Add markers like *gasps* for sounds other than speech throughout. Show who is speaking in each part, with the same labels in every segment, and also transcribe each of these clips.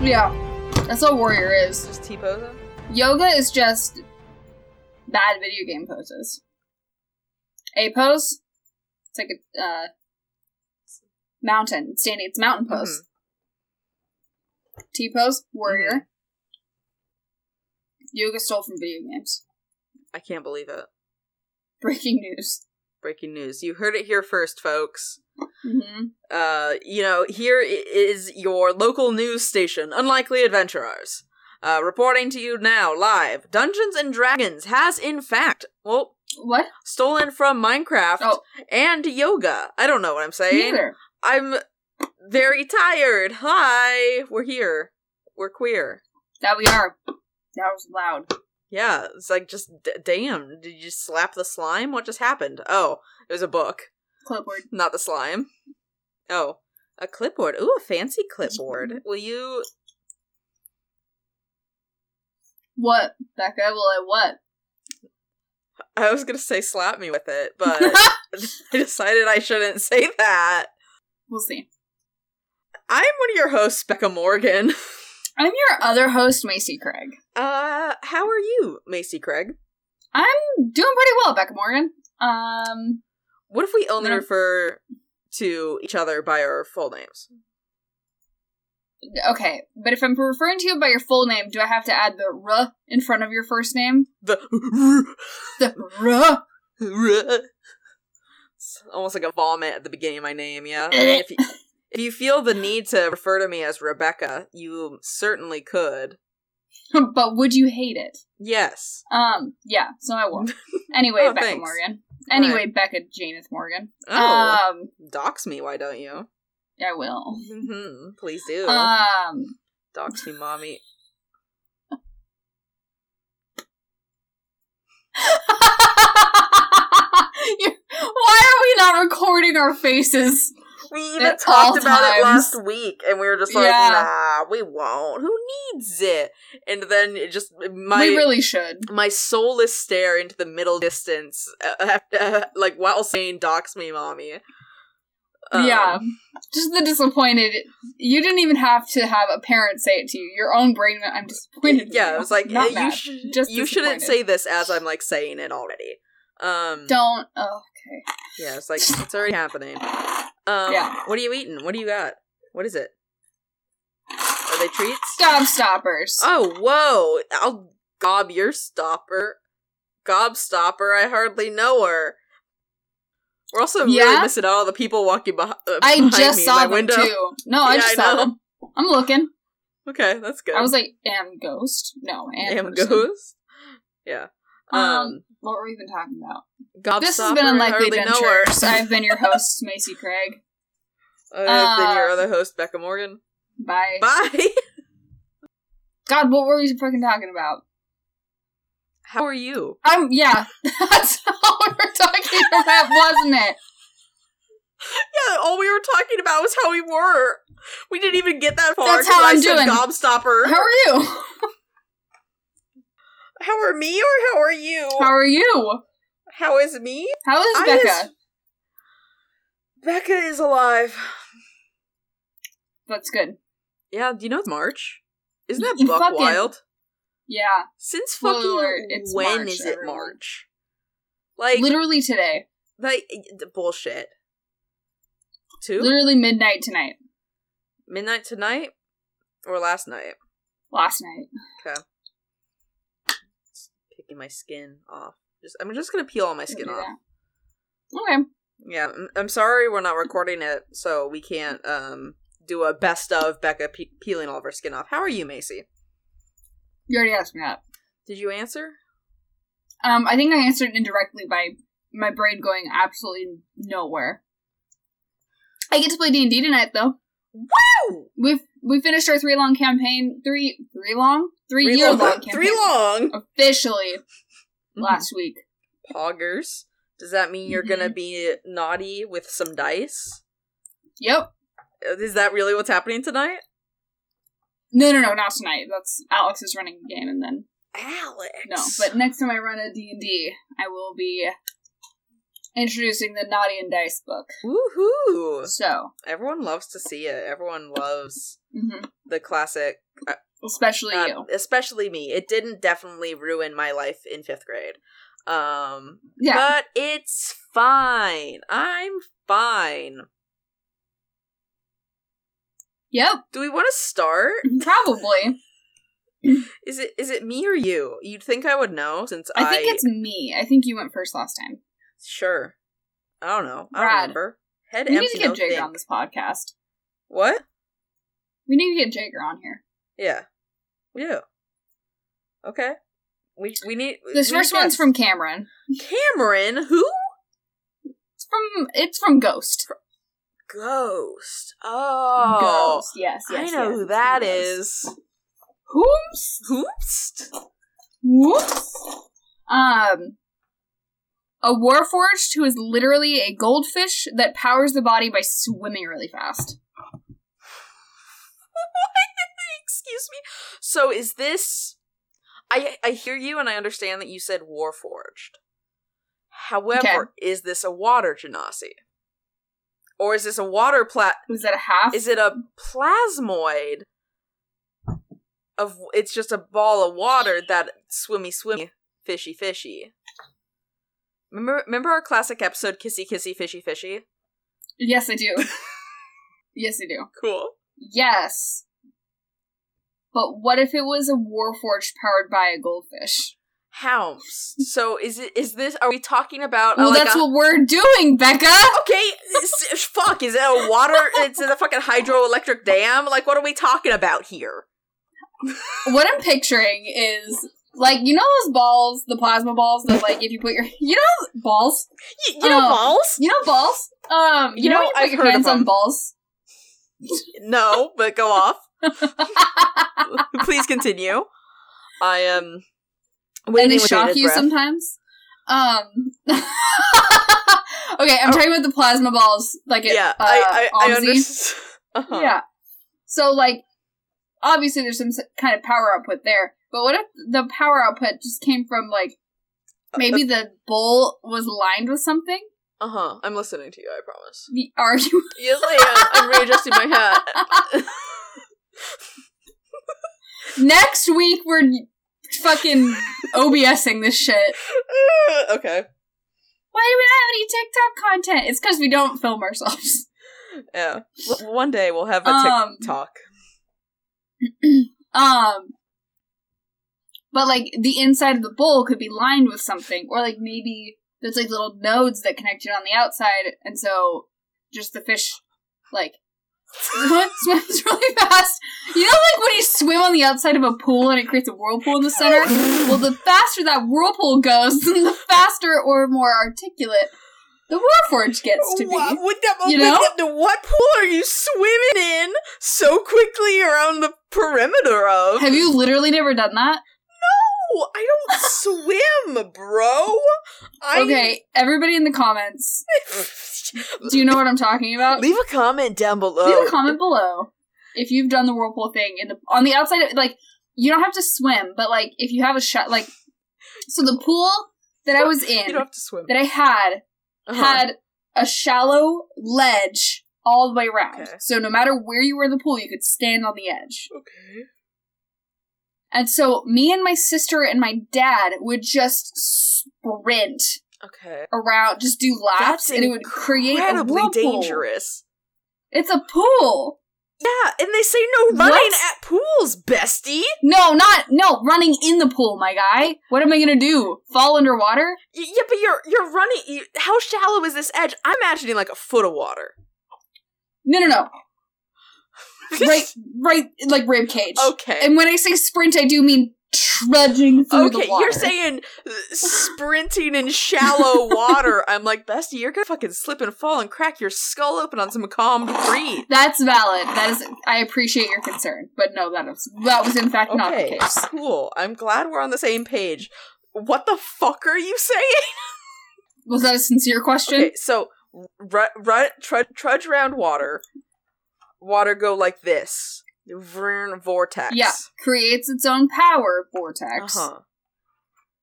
Speaker 1: Yeah. That's what Warrior is.
Speaker 2: Just T posing.
Speaker 1: Yoga is just bad video game poses. A pose, it's like a uh, mountain, standing, it's mountain
Speaker 2: Mm-hmm.
Speaker 1: pose. T pose, warrior. Yoga stole from video games. *laughs*
Speaker 2: Mm-hmm. I can't believe it.
Speaker 1: Breaking news.
Speaker 2: Breaking news. You heard it here first, folks.
Speaker 1: hmm
Speaker 2: Uh, you know, here i- is your local news station, Unlikely Adventurers. Uh, reporting to you now, live. Dungeons and Dragons has, in fact, well,
Speaker 1: What?
Speaker 2: stolen from Minecraft
Speaker 1: Oh.
Speaker 2: and yoga. I don't know what I'm saying.
Speaker 1: Neither.
Speaker 2: I'm very tired. Hi, we're here. We're queer.
Speaker 1: That we are. That was loud.
Speaker 2: Yeah, it's like just d- damn. Did you slap the slime? What just happened? Oh, it was a book,
Speaker 1: Clipboard.
Speaker 2: not the slime. Oh, a clipboard. Ooh, a fancy clipboard. Will you?
Speaker 1: What, Becca? Will I what?
Speaker 2: I was gonna say slap me with it, but I decided I shouldn't say that.
Speaker 1: we'll see.
Speaker 2: I'm one of your hosts, Becca Morgan. *laughs*
Speaker 1: I'm your other host, Macy Craig.
Speaker 2: Uh, how are you, Macy Craig?
Speaker 1: Doing pretty well, Becca Morgan. Um,
Speaker 2: What if we only
Speaker 1: No.
Speaker 2: refer to each other by our full names?
Speaker 1: okay. But if I'm referring to you by your full name, do I have to add the R in front of your first name?
Speaker 2: The
Speaker 1: The R. *laughs*
Speaker 2: it's almost like a vomit at the beginning of my name. Yeah. I mean,
Speaker 1: *laughs*
Speaker 2: if, you, if you feel the need to refer to me as Rebecca, you certainly could.
Speaker 1: but would you hate it?
Speaker 2: Yes.
Speaker 1: Um, yeah, so I
Speaker 2: *laughs*
Speaker 1: won't. Anyway,
Speaker 2: Oh,
Speaker 1: Becca
Speaker 2: thanks.
Speaker 1: Morgan. Anyway, Becca Janeth Morgan.
Speaker 2: Oh,
Speaker 1: Um,
Speaker 2: dox me. Why don't you?
Speaker 1: I will.
Speaker 2: Mhm, Please do.
Speaker 1: Um, *laughs*
Speaker 2: dox me, mommy.
Speaker 1: You- Why are we not recording our faces?
Speaker 2: We
Speaker 1: At
Speaker 2: even
Speaker 1: all
Speaker 2: talked about it
Speaker 1: times.
Speaker 2: last week, and we were just like,
Speaker 1: Yeah.
Speaker 2: "Nah, we won't. Who needs it?" And then it just my
Speaker 1: we really should.
Speaker 2: my soulless stare into the middle distance, uh, *laughs* uh, like while saying "dox me, mommy." Um,
Speaker 1: yeah. Just the disappointed. You didn't even have to have a parent say it to you. Your own brain went, I'm disappointed.
Speaker 2: *laughs*
Speaker 1: in
Speaker 2: yeah.
Speaker 1: you."
Speaker 2: It was like
Speaker 1: Not
Speaker 2: eh, you,
Speaker 1: mad,
Speaker 2: should
Speaker 1: just
Speaker 2: you shouldn't
Speaker 1: disappointed.
Speaker 2: say this as I'm like saying it already. Um,
Speaker 1: Don't. Oh, okay.
Speaker 2: yeah, it's
Speaker 1: *laughs*
Speaker 2: like it's already happening. Um,
Speaker 1: Yeah.
Speaker 2: What are you eating? What do you got? What is it? Are they treats?
Speaker 1: Stop stoppers. *laughs*
Speaker 2: Oh, whoa! I'll gob your stopper. Gobstopper, I hardly know her. We're also really
Speaker 1: Yeah?
Speaker 2: missing out on all the people walking behind, uh,
Speaker 1: I
Speaker 2: behind
Speaker 1: just
Speaker 2: me
Speaker 1: saw
Speaker 2: in my
Speaker 1: them
Speaker 2: window.
Speaker 1: too. No,
Speaker 2: *laughs*
Speaker 1: I
Speaker 2: Yeah,
Speaker 1: just
Speaker 2: I
Speaker 1: saw
Speaker 2: know.
Speaker 1: them. I'm looking.
Speaker 2: Okay, that's good.
Speaker 1: I was like, am ghost? No, am,
Speaker 2: Am
Speaker 1: person.
Speaker 2: ghost? Yeah. Um,
Speaker 1: Um, What were we even talking about?
Speaker 2: Gobstopper,
Speaker 1: this has been
Speaker 2: I
Speaker 1: Unlikely
Speaker 2: hardly know her.
Speaker 1: Adventures. I've been
Speaker 2: *laughs*
Speaker 1: your host, Macy Craig.
Speaker 2: I've been your
Speaker 1: Uh,
Speaker 2: other host, Becca Morgan.
Speaker 1: Bye.
Speaker 2: Bye! *laughs*
Speaker 1: God, what were we fucking talking about?
Speaker 2: How are you?
Speaker 1: Um, yeah, *laughs* that's all we were talking about, wasn't it?
Speaker 2: Yeah, all we were talking about was how we were. We didn't even get that far.
Speaker 1: That's
Speaker 2: 'cause
Speaker 1: how
Speaker 2: I
Speaker 1: I'm
Speaker 2: said
Speaker 1: doing.
Speaker 2: Gobstopper.
Speaker 1: How
Speaker 2: How-,
Speaker 1: are you?
Speaker 2: are me or how are you?
Speaker 1: How are you?
Speaker 2: how is me?
Speaker 1: How is
Speaker 2: I
Speaker 1: Becca?
Speaker 2: is- Becca is alive.
Speaker 1: That's good.
Speaker 2: Yeah, do you know it's March? Isn't
Speaker 1: Y-
Speaker 2: that
Speaker 1: you
Speaker 2: buck
Speaker 1: *laughs* fucking-
Speaker 2: wild?
Speaker 1: Yeah,
Speaker 2: Since
Speaker 1: Spoiler
Speaker 2: fucking
Speaker 1: alert, it's
Speaker 2: when
Speaker 1: March,
Speaker 2: is it
Speaker 1: everyone.
Speaker 2: March? Like,
Speaker 1: literally today,
Speaker 2: like eh, bullshit. Two
Speaker 1: literally midnight tonight,
Speaker 2: midnight tonight or last night?
Speaker 1: last night.
Speaker 2: Picking my skin off. Just I'm just gonna peel all my
Speaker 1: Don't
Speaker 2: skin
Speaker 1: do
Speaker 2: off.
Speaker 1: that. Okay,
Speaker 2: Yeah, I'm, I'm sorry we're not recording it, so we can't um do a best of Becca pe- peeling all of her skin off. How are you, Macy?
Speaker 1: you already asked me that.
Speaker 2: Did you answer?
Speaker 1: Um, I think I answered indirectly by my brain going absolutely nowhere. I get to play D and D tonight, though.
Speaker 2: Woo!
Speaker 1: We've we finished our three long campaign, three three long, three,
Speaker 2: Three
Speaker 1: year long, Mm-hmm.
Speaker 2: long.
Speaker 1: campaign
Speaker 2: *laughs* Three long. Mm-hmm.
Speaker 1: officially last week.
Speaker 2: poggers. Does that mean you're gonna
Speaker 1: Mhm.
Speaker 2: be naughty with some dice?
Speaker 1: Yep.
Speaker 2: Is that really what's happening tonight?
Speaker 1: No, no, no, not tonight. That's Alex is running the game, and then
Speaker 2: Alex.
Speaker 1: no. But next time I run a D and D, I will be introducing the Naughty and Dice book.
Speaker 2: woohoo!
Speaker 1: So,
Speaker 2: Everyone loves to see it. Everyone loves
Speaker 1: mhm.
Speaker 2: the classic
Speaker 1: especially
Speaker 2: Uh,
Speaker 1: you.
Speaker 2: especially me. It didn't definitely ruin my life in fifth grade. Um,
Speaker 1: Yeah,
Speaker 2: but it's fine. I'm fine.
Speaker 1: yep,
Speaker 2: Do we want to start?
Speaker 1: Mm-hmm. probably.
Speaker 2: Is it is it me or you? You'd think I would know since I,
Speaker 1: I think it's me. I think you went first last time.
Speaker 2: sure. I don't know. I
Speaker 1: Brad.
Speaker 2: don't remember. Head
Speaker 1: We need
Speaker 2: empty.
Speaker 1: to get
Speaker 2: no
Speaker 1: Jager
Speaker 2: think.
Speaker 1: on this podcast.
Speaker 2: What?
Speaker 1: We need to get Jager on here.
Speaker 2: Yeah, we do. Okay. We we need
Speaker 1: This
Speaker 2: we need
Speaker 1: first one's
Speaker 2: guests.
Speaker 1: from Cameron.
Speaker 2: Cameron. Who?
Speaker 1: It's from it's from Ghost.
Speaker 2: Ghost. Oh.
Speaker 1: Ghost. Yes,
Speaker 2: I
Speaker 1: yes.
Speaker 2: know
Speaker 1: yes,
Speaker 2: who
Speaker 1: it's
Speaker 2: that
Speaker 1: from Ghost.
Speaker 2: is.
Speaker 1: Whoops.
Speaker 2: Whoops.
Speaker 1: Whoops. Um, a warforged who is literally a goldfish that powers the body by swimming really fast.
Speaker 2: *laughs* Excuse me. So is this? I I hear you, and I understand that you said Warforged. However, is this a water genasi, or is this a water plat?
Speaker 1: Was that a half?
Speaker 2: Is it a plasmoid? Of it's just a ball of water that swimmy swimmy fishy fishy. Remember, remember our classic episode, kissy kissy fishy fishy.
Speaker 1: yes, I
Speaker 2: *laughs*
Speaker 1: do. yes, I do.
Speaker 2: Cool.
Speaker 1: Yes. But what if it was a warforged powered by a goldfish?
Speaker 2: Hounds. So is it is this? Are we talking about? uh,
Speaker 1: well,
Speaker 2: like
Speaker 1: that's
Speaker 2: a-
Speaker 1: what we're doing, Becca.
Speaker 2: Okay, s- fuck. Is it a water? It's in a fucking hydroelectric dam. Like, what are we talking about here?
Speaker 1: What I'm picturing is like you know those balls, the plasma balls that like if you put your *laughs* you know balls,
Speaker 2: Y- you know
Speaker 1: Um,
Speaker 2: balls?
Speaker 1: you know balls. Um, you,
Speaker 2: You
Speaker 1: know,
Speaker 2: know,
Speaker 1: when you put
Speaker 2: I've
Speaker 1: your
Speaker 2: heard of
Speaker 1: hands on
Speaker 2: them.
Speaker 1: balls.
Speaker 2: No, but go off. *laughs* Please continue. I am.
Speaker 1: and
Speaker 2: waiting
Speaker 1: they
Speaker 2: with
Speaker 1: shock
Speaker 2: bated
Speaker 1: you
Speaker 2: breath.
Speaker 1: sometimes. Um, *laughs* okay, I'm talking about the plasma balls, like at,
Speaker 2: Oh. Yeah,
Speaker 1: uh,
Speaker 2: I I, I
Speaker 1: Omsi.
Speaker 2: understand. *laughs* Uh-huh.
Speaker 1: Yeah. So like, obviously, there's some s- kind of power output there. But what if the power output just came from like maybe the bowl was lined with something?
Speaker 2: Uh huh. I'm listening to you. I promise.
Speaker 1: The argument.
Speaker 2: Yes, I am. I'm readjusting my hat.
Speaker 1: *laughs*
Speaker 2: *laughs*
Speaker 1: Next week we're fucking OBSing this shit.
Speaker 2: okay.
Speaker 1: Why do we not have any TikTok content? It's because we don't film ourselves.
Speaker 2: Yeah. W- One day we'll have a
Speaker 1: Um,
Speaker 2: TikTok.
Speaker 1: Um, but like the inside of the bowl could be lined with something, or like maybe there's like little nodes that connect it on the outside, and so just the fish like *laughs* swims really fast. You know, like when you swim on the outside of a pool and it creates a whirlpool in the center. Well, the faster that whirlpool goes, *laughs* then the faster or more articulate the warforge gets to
Speaker 2: Wha-
Speaker 1: be.
Speaker 2: What the,
Speaker 1: You
Speaker 2: what
Speaker 1: know?
Speaker 2: the- what pool are you swimming in so quickly around the perimeter of?
Speaker 1: Have you literally never done that?
Speaker 2: no, I don't swim, bro. I,
Speaker 1: Okay, everybody in the comments, do you know what I'm talking
Speaker 2: *laughs*
Speaker 1: about?
Speaker 2: Leave a comment down below.
Speaker 1: Leave a comment below if you've done the whirlpool thing in the on the outside. Of, like you don't have to swim, but like if you have a shot, like so the pool that I was
Speaker 2: *laughs* You
Speaker 1: in
Speaker 2: don't have to swim.
Speaker 1: that I had
Speaker 2: Uh-huh.
Speaker 1: had a shallow ledge all the way around.
Speaker 2: Okay.
Speaker 1: So no matter where you were in the pool, you could stand on the edge.
Speaker 2: okay.
Speaker 1: And so me and my sister and my dad would just sprint
Speaker 2: Okay.
Speaker 1: around, just do laps,
Speaker 2: That's
Speaker 1: and it would create a
Speaker 2: Incredibly
Speaker 1: whirlpool.
Speaker 2: dangerous.
Speaker 1: It's a pool.
Speaker 2: Yeah, and they say no running
Speaker 1: What?
Speaker 2: at pools, bestie.
Speaker 1: No, not no running in the pool, my guy. What am I gonna do? Fall underwater?
Speaker 2: Y- yeah, but you're you're running. You, how shallow is this edge? I'm imagining like a foot of water.
Speaker 1: No,
Speaker 2: *laughs*
Speaker 1: no, no. Right, right, like rib cage.
Speaker 2: okay.
Speaker 1: And when I say sprint, I do mean trudging through
Speaker 2: okay,
Speaker 1: the water.
Speaker 2: you're saying uh, sprinting in shallow
Speaker 1: *laughs*
Speaker 2: water. I'm like, Bestie, you're gonna fucking slip and fall and crack your skull open on some calm debris.
Speaker 1: that's valid. That is, I appreciate your concern, but no, that is that was in fact not the
Speaker 2: Okay,
Speaker 1: case.
Speaker 2: cool. I'm glad we're on the same page. What the fuck are you saying?
Speaker 1: Was that a sincere question?
Speaker 2: Okay, so rut, rut, trudge, trudge around water. Water go like this. Vroom, vortex.
Speaker 1: Yeah, creates its own power vortex.
Speaker 2: Uh-huh.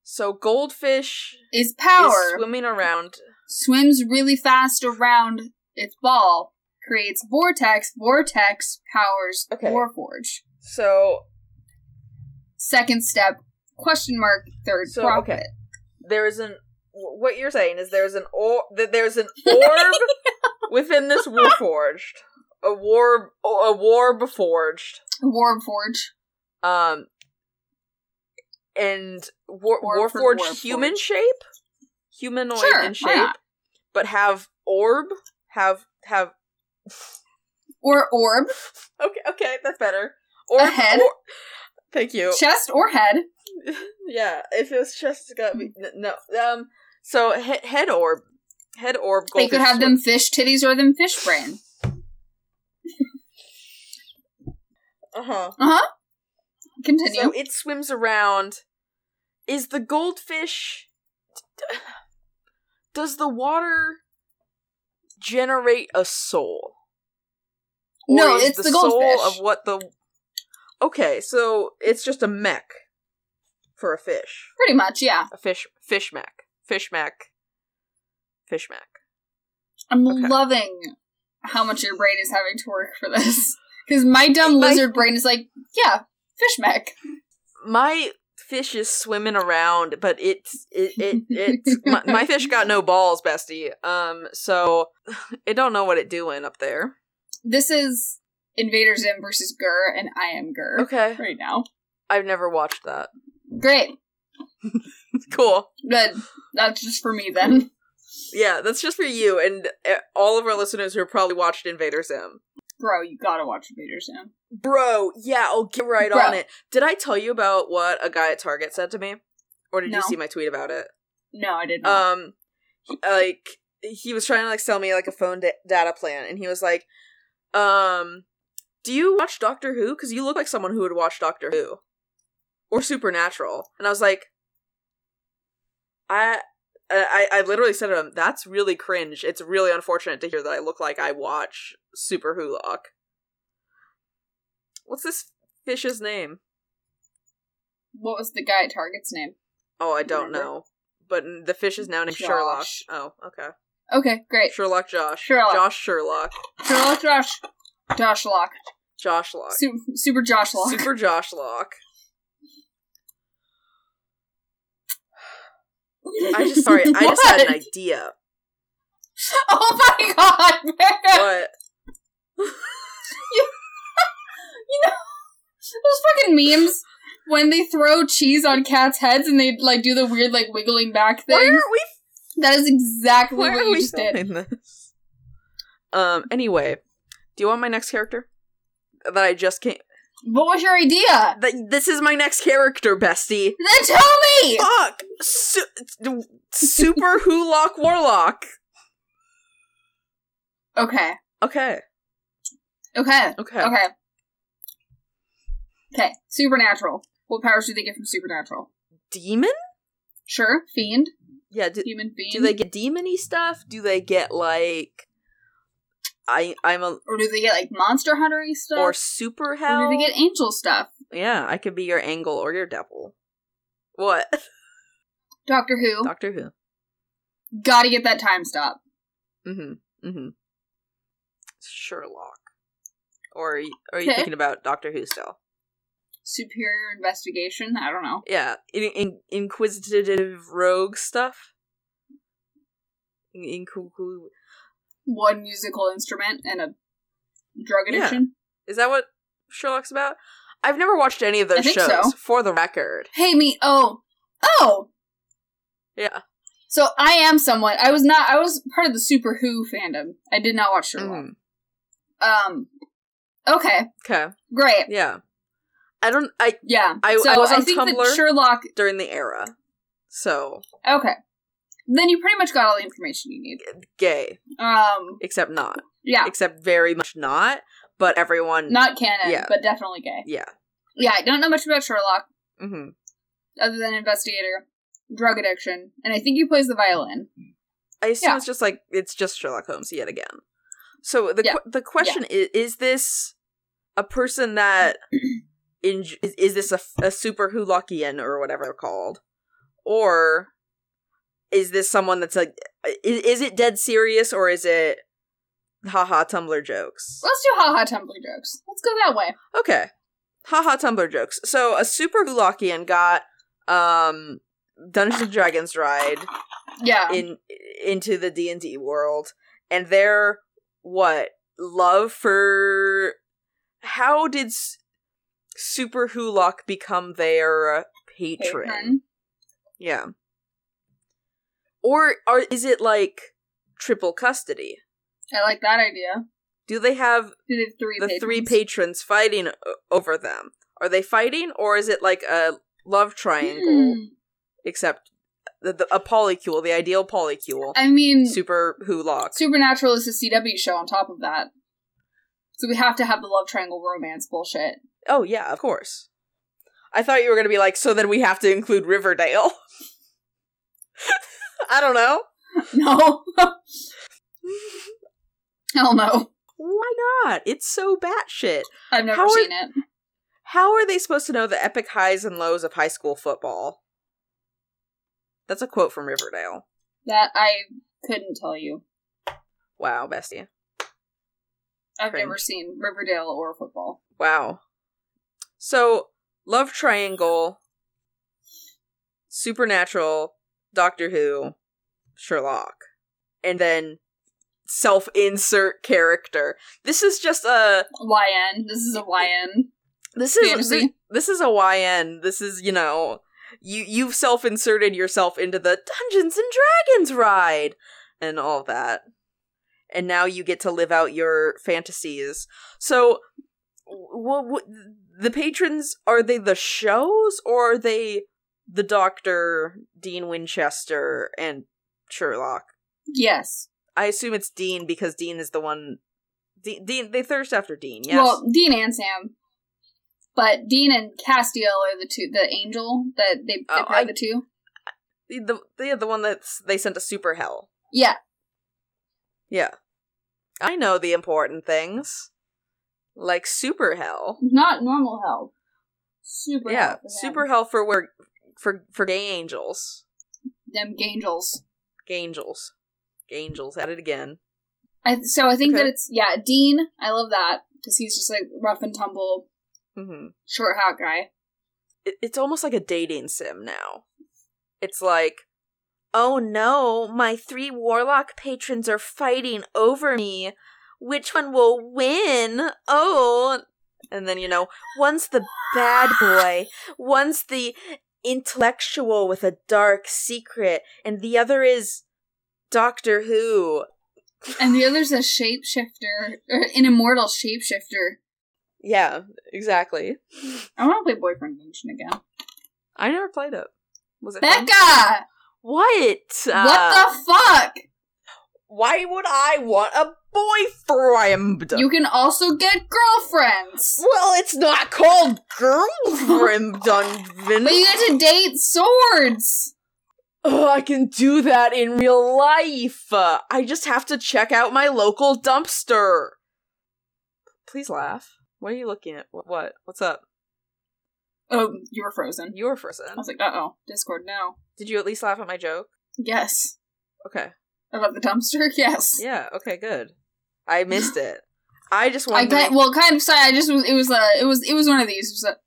Speaker 2: So goldfish
Speaker 1: Is
Speaker 2: is
Speaker 1: power
Speaker 2: swimming around.
Speaker 1: swims really fast around its ball, creates vortex, vortex powers
Speaker 2: Okay.
Speaker 1: Warforge.
Speaker 2: So
Speaker 1: Second step, question mark, third
Speaker 2: So,
Speaker 1: profit.
Speaker 2: okay. there is an wh- what you're saying is there's an or that there's
Speaker 1: *laughs*
Speaker 2: an orb within this warforged, a war a war forged.
Speaker 1: Warm Forge.
Speaker 2: Um, and war
Speaker 1: Orb for
Speaker 2: warforged
Speaker 1: Warforged.
Speaker 2: human shape, humanoid
Speaker 1: Sure,
Speaker 2: in
Speaker 1: why
Speaker 2: shape,
Speaker 1: not?
Speaker 2: but have orb have have
Speaker 1: Or orb,
Speaker 2: okay okay that's better orb
Speaker 1: head?
Speaker 2: or- thank you
Speaker 1: chest or head.
Speaker 2: yeah, if it was chest, it's gotta be n- no. Um, so he- head orb, head orb.
Speaker 1: they could
Speaker 2: goldfish
Speaker 1: have them fish titties or them fish brain.
Speaker 2: swim- Uh-huh.
Speaker 1: Continue.
Speaker 2: So it swims around. Is the goldfish? Does the water generate a soul?
Speaker 1: No,
Speaker 2: is
Speaker 1: it's the goldfish.
Speaker 2: soul of what the. Okay, so it's just a mech for a fish.
Speaker 1: Pretty much, yeah.
Speaker 2: A fish, fish mech, fish mech, fish mech.
Speaker 1: I'm
Speaker 2: Okay.
Speaker 1: loving how much your brain is having to work for this. *laughs* Because my dumb
Speaker 2: My-
Speaker 1: lizard brain is like, yeah, fish mech.
Speaker 2: my fish is swimming around, but it's it it it's my, my fish got no balls, bestie. Um, so *sighs* it don't know what it doing up there.
Speaker 1: This is Invader Zim versus Gur, and I am
Speaker 2: *laughs*
Speaker 1: Gur
Speaker 2: Okay,
Speaker 1: right now.
Speaker 2: I've never watched that.
Speaker 1: Great.
Speaker 2: *laughs* Cool.
Speaker 1: Good. That's just for me then.
Speaker 2: Yeah, that's just for you and uh, all of our listeners who probably watched Invader Zim.
Speaker 1: Bro, you gotta watch Invader Zim.
Speaker 2: Bro, yeah, I'll get right
Speaker 1: Bro.
Speaker 2: on it. Did I tell you about what a guy at Target said to me? Or did
Speaker 1: No.
Speaker 2: you see my tweet about it?
Speaker 1: No, I didn't.
Speaker 2: um he- like he was trying to like sell me like a phone da- data plan and he was like um do you watch doctor who because you look like someone who would watch doctor who or supernatural and i was like i I, I literally said to him, "That's really cringe. It's really unfortunate to hear that I look like I watch Super Hulock." What's this fish's name?
Speaker 1: what was the guy at Target's name?
Speaker 2: Oh, I don't
Speaker 1: Remember?
Speaker 2: know. But the fish is now named
Speaker 1: Josh.
Speaker 2: Sherlock. Oh, okay.
Speaker 1: Okay, great.
Speaker 2: Sherlock Josh.
Speaker 1: Sherlock.
Speaker 2: Josh Sherlock.
Speaker 1: Sherlock Josh. Josh Lock.
Speaker 2: Josh Lock.
Speaker 1: Su- Super Josh Lock.
Speaker 2: Super Josh Lock.
Speaker 1: *laughs*
Speaker 2: I just sorry, I just had an
Speaker 1: *laughs* What?
Speaker 2: idea.
Speaker 1: Oh my god, Becca! *laughs*
Speaker 2: But
Speaker 1: Those fucking memes when they throw cheese on cats' heads and they like do the weird like wiggling back
Speaker 2: why
Speaker 1: thing.
Speaker 2: aren't we
Speaker 1: That is exactly
Speaker 2: why
Speaker 1: what
Speaker 2: are
Speaker 1: you
Speaker 2: we
Speaker 1: just did.
Speaker 2: filming this? Um anyway, do you want my next character? That I just came
Speaker 1: What was your idea?
Speaker 2: that this is my next character, bestie.
Speaker 1: Then tell me.
Speaker 2: Fuck! Su-
Speaker 1: *laughs*
Speaker 2: super Hulock Warlock.
Speaker 1: Okay.
Speaker 2: Okay.
Speaker 1: Okay.
Speaker 2: Okay.
Speaker 1: Okay. Okay. Supernatural. What powers do they get from supernatural?
Speaker 2: Demon?
Speaker 1: Sure, fiend,
Speaker 2: Yeah, d-
Speaker 1: human fiend,
Speaker 2: Do they get demony stuff? Do they get like I I'm a
Speaker 1: or do they get like monster huntery stuff,
Speaker 2: or super
Speaker 1: Or
Speaker 2: hell?
Speaker 1: do they get angel stuff?
Speaker 2: yeah, I could be your angle or your devil. What?
Speaker 1: Doctor Who,
Speaker 2: Doctor Who.
Speaker 1: gotta get that time stop.
Speaker 2: Mm-hmm. Mm-hmm. Sherlock. Or y- are you
Speaker 1: Okay.
Speaker 2: thinking about Doctor Who still?
Speaker 1: Superior investigation. I don't know.
Speaker 2: Yeah, in, in, inquisitive rogue stuff. In, inqu-
Speaker 1: One musical instrument and a drug
Speaker 2: Yeah.
Speaker 1: addiction.
Speaker 2: is that what Sherlock's about? I've never watched any of those
Speaker 1: think
Speaker 2: shows.
Speaker 1: so.
Speaker 2: For the record,
Speaker 1: Hey me. Oh, oh.
Speaker 2: yeah.
Speaker 1: So I am someone. I was not. I was part of the Super Who fandom. I did not watch Sherlock.
Speaker 2: Mm.
Speaker 1: Um. Okay.
Speaker 2: Mm-hmm, Okay.
Speaker 1: Great.
Speaker 2: Yeah. I don't I
Speaker 1: Yeah.
Speaker 2: I-
Speaker 1: so
Speaker 2: I was on
Speaker 1: think that
Speaker 2: Tumblr.
Speaker 1: Sherlock.
Speaker 2: during the era. So
Speaker 1: Okay. Then you pretty much got all the information you need.
Speaker 2: gay.
Speaker 1: Um.
Speaker 2: Except not.
Speaker 1: Yeah.
Speaker 2: Except very much not. But everyone
Speaker 1: Not canon,
Speaker 2: Yeah.
Speaker 1: but definitely gay.
Speaker 2: Yeah.
Speaker 1: Yeah, I don't know much about Sherlock
Speaker 2: Mm-hmm.
Speaker 1: other than investigator, drug addiction, and I think he plays the violin.
Speaker 2: I assume
Speaker 1: Yeah.
Speaker 2: it's just like it's just Sherlock Holmes yet again. So the
Speaker 1: Yeah.
Speaker 2: que- the question is is this a person
Speaker 1: *clears throat*
Speaker 2: that in is, is this a, f- a super Hulockian or whatever they're called? Or is this someone that's like is, is it dead serious or is it haha Tumblr jokes?
Speaker 1: Let's do haha Tumblr jokes. Let's go that way.
Speaker 2: Okay. haha Tumblr jokes. So a super Gulakian got um Dungeons and Dragons ride
Speaker 1: Yeah.
Speaker 2: in into the D and D world, and their what love for how did S- Super Hulock become their patron?
Speaker 1: Patron.
Speaker 2: Yeah, or are is it like triple custody?
Speaker 1: I like that idea.
Speaker 2: Do they have
Speaker 1: Do they have three
Speaker 2: the
Speaker 1: patrons?
Speaker 2: three patrons fighting o- over them? Are they fighting, or is it like a love triangle?
Speaker 1: Hmm.
Speaker 2: Except the, the, a polycule, the ideal polycule,
Speaker 1: I mean,
Speaker 2: super hulock.
Speaker 1: Supernatural is a CW show on top of that. So we have to have the love triangle romance bullshit.
Speaker 2: Oh yeah, of course. I thought you were gonna be like, so then we have to include Riverdale. *laughs* I don't know.
Speaker 1: *laughs* No. Hell no.
Speaker 2: Why not? It's so batshit.
Speaker 1: I've never
Speaker 2: How are-
Speaker 1: seen it.
Speaker 2: How are they supposed to know the epic highs and lows of high school football? That's a quote from Riverdale.
Speaker 1: That I couldn't tell you.
Speaker 2: Wow, bestie.
Speaker 1: I've
Speaker 2: Cringe.
Speaker 1: never seen Riverdale or football.
Speaker 2: Wow. So, love triangle, supernatural, Doctor Who, Sherlock, and then self-insert character. This is just a
Speaker 1: YN. This is a YN.
Speaker 2: this is this,
Speaker 1: Fantasy.
Speaker 2: is a YN. This is, you know, you you've self-inserted yourself into the Dungeons and Dragons ride and all that. And now you get to live out your fantasies. So what, what the patrons are they the shows or are they the doctor, Dean Winchester and Sherlock?
Speaker 1: Yes.
Speaker 2: I assume it's Dean because Dean is the one De- Dean they thirst after Dean, yes.
Speaker 1: Well, Dean and Sam. But Dean and Castiel are the two, the angel that they, they
Speaker 2: Oh,
Speaker 1: pair
Speaker 2: I-
Speaker 1: the two.
Speaker 2: the yeah, the one that they sent to super hell.
Speaker 1: Yeah.
Speaker 2: Yeah. I know the important things. Like super hell.
Speaker 1: Not normal hell. Super
Speaker 2: yeah,
Speaker 1: hell for them.
Speaker 2: super hell for where for for gay angels.
Speaker 1: Them angels.
Speaker 2: Gay angels. Gay angels at it again.
Speaker 1: I, so I think
Speaker 2: Okay.
Speaker 1: that it's yeah, Dean. I love that because he's just like rough and tumble,
Speaker 2: hmm
Speaker 1: short hot guy.
Speaker 2: It, it's almost like a dating sim now. It's like, oh no, my three warlock patrons are fighting over me. Which one will win? Oh, and then you know, one's the bad boy, one's the intellectual with a dark secret, and the other is Doctor Who.
Speaker 1: And the other's a shapeshifter, or an immortal shapeshifter.
Speaker 2: Yeah, exactly.
Speaker 1: I want to play Boyfriend Dungeon again.
Speaker 2: I never played it. Was it fun?
Speaker 1: Becca,
Speaker 2: What? Uh,
Speaker 1: what the fuck?
Speaker 2: Why would I want a boyfriend?
Speaker 1: You can also get girlfriends,
Speaker 2: well, it's not
Speaker 1: *laughs*
Speaker 2: called girlfriend, Dunvin.
Speaker 1: but you get to date swords.
Speaker 2: oh, I can do that in real life. Uh, I just have to check out my local dumpster. Please laugh. What are you looking at? Wh- What? What's up?
Speaker 1: Oh, you were frozen.
Speaker 2: You're
Speaker 1: I
Speaker 2: frozen.
Speaker 1: was like, uh oh, Discord no.
Speaker 2: Did you at least laugh at my joke?
Speaker 1: Yes,
Speaker 2: Okay.
Speaker 1: about the dumpster. *laughs* Yes,
Speaker 2: Yeah. Okay. Good. I missed it. I just
Speaker 1: I
Speaker 2: wanted. to
Speaker 1: kind well, kind of. Sorry, I just was. It was. Uh, it was. It was one of these. It was a-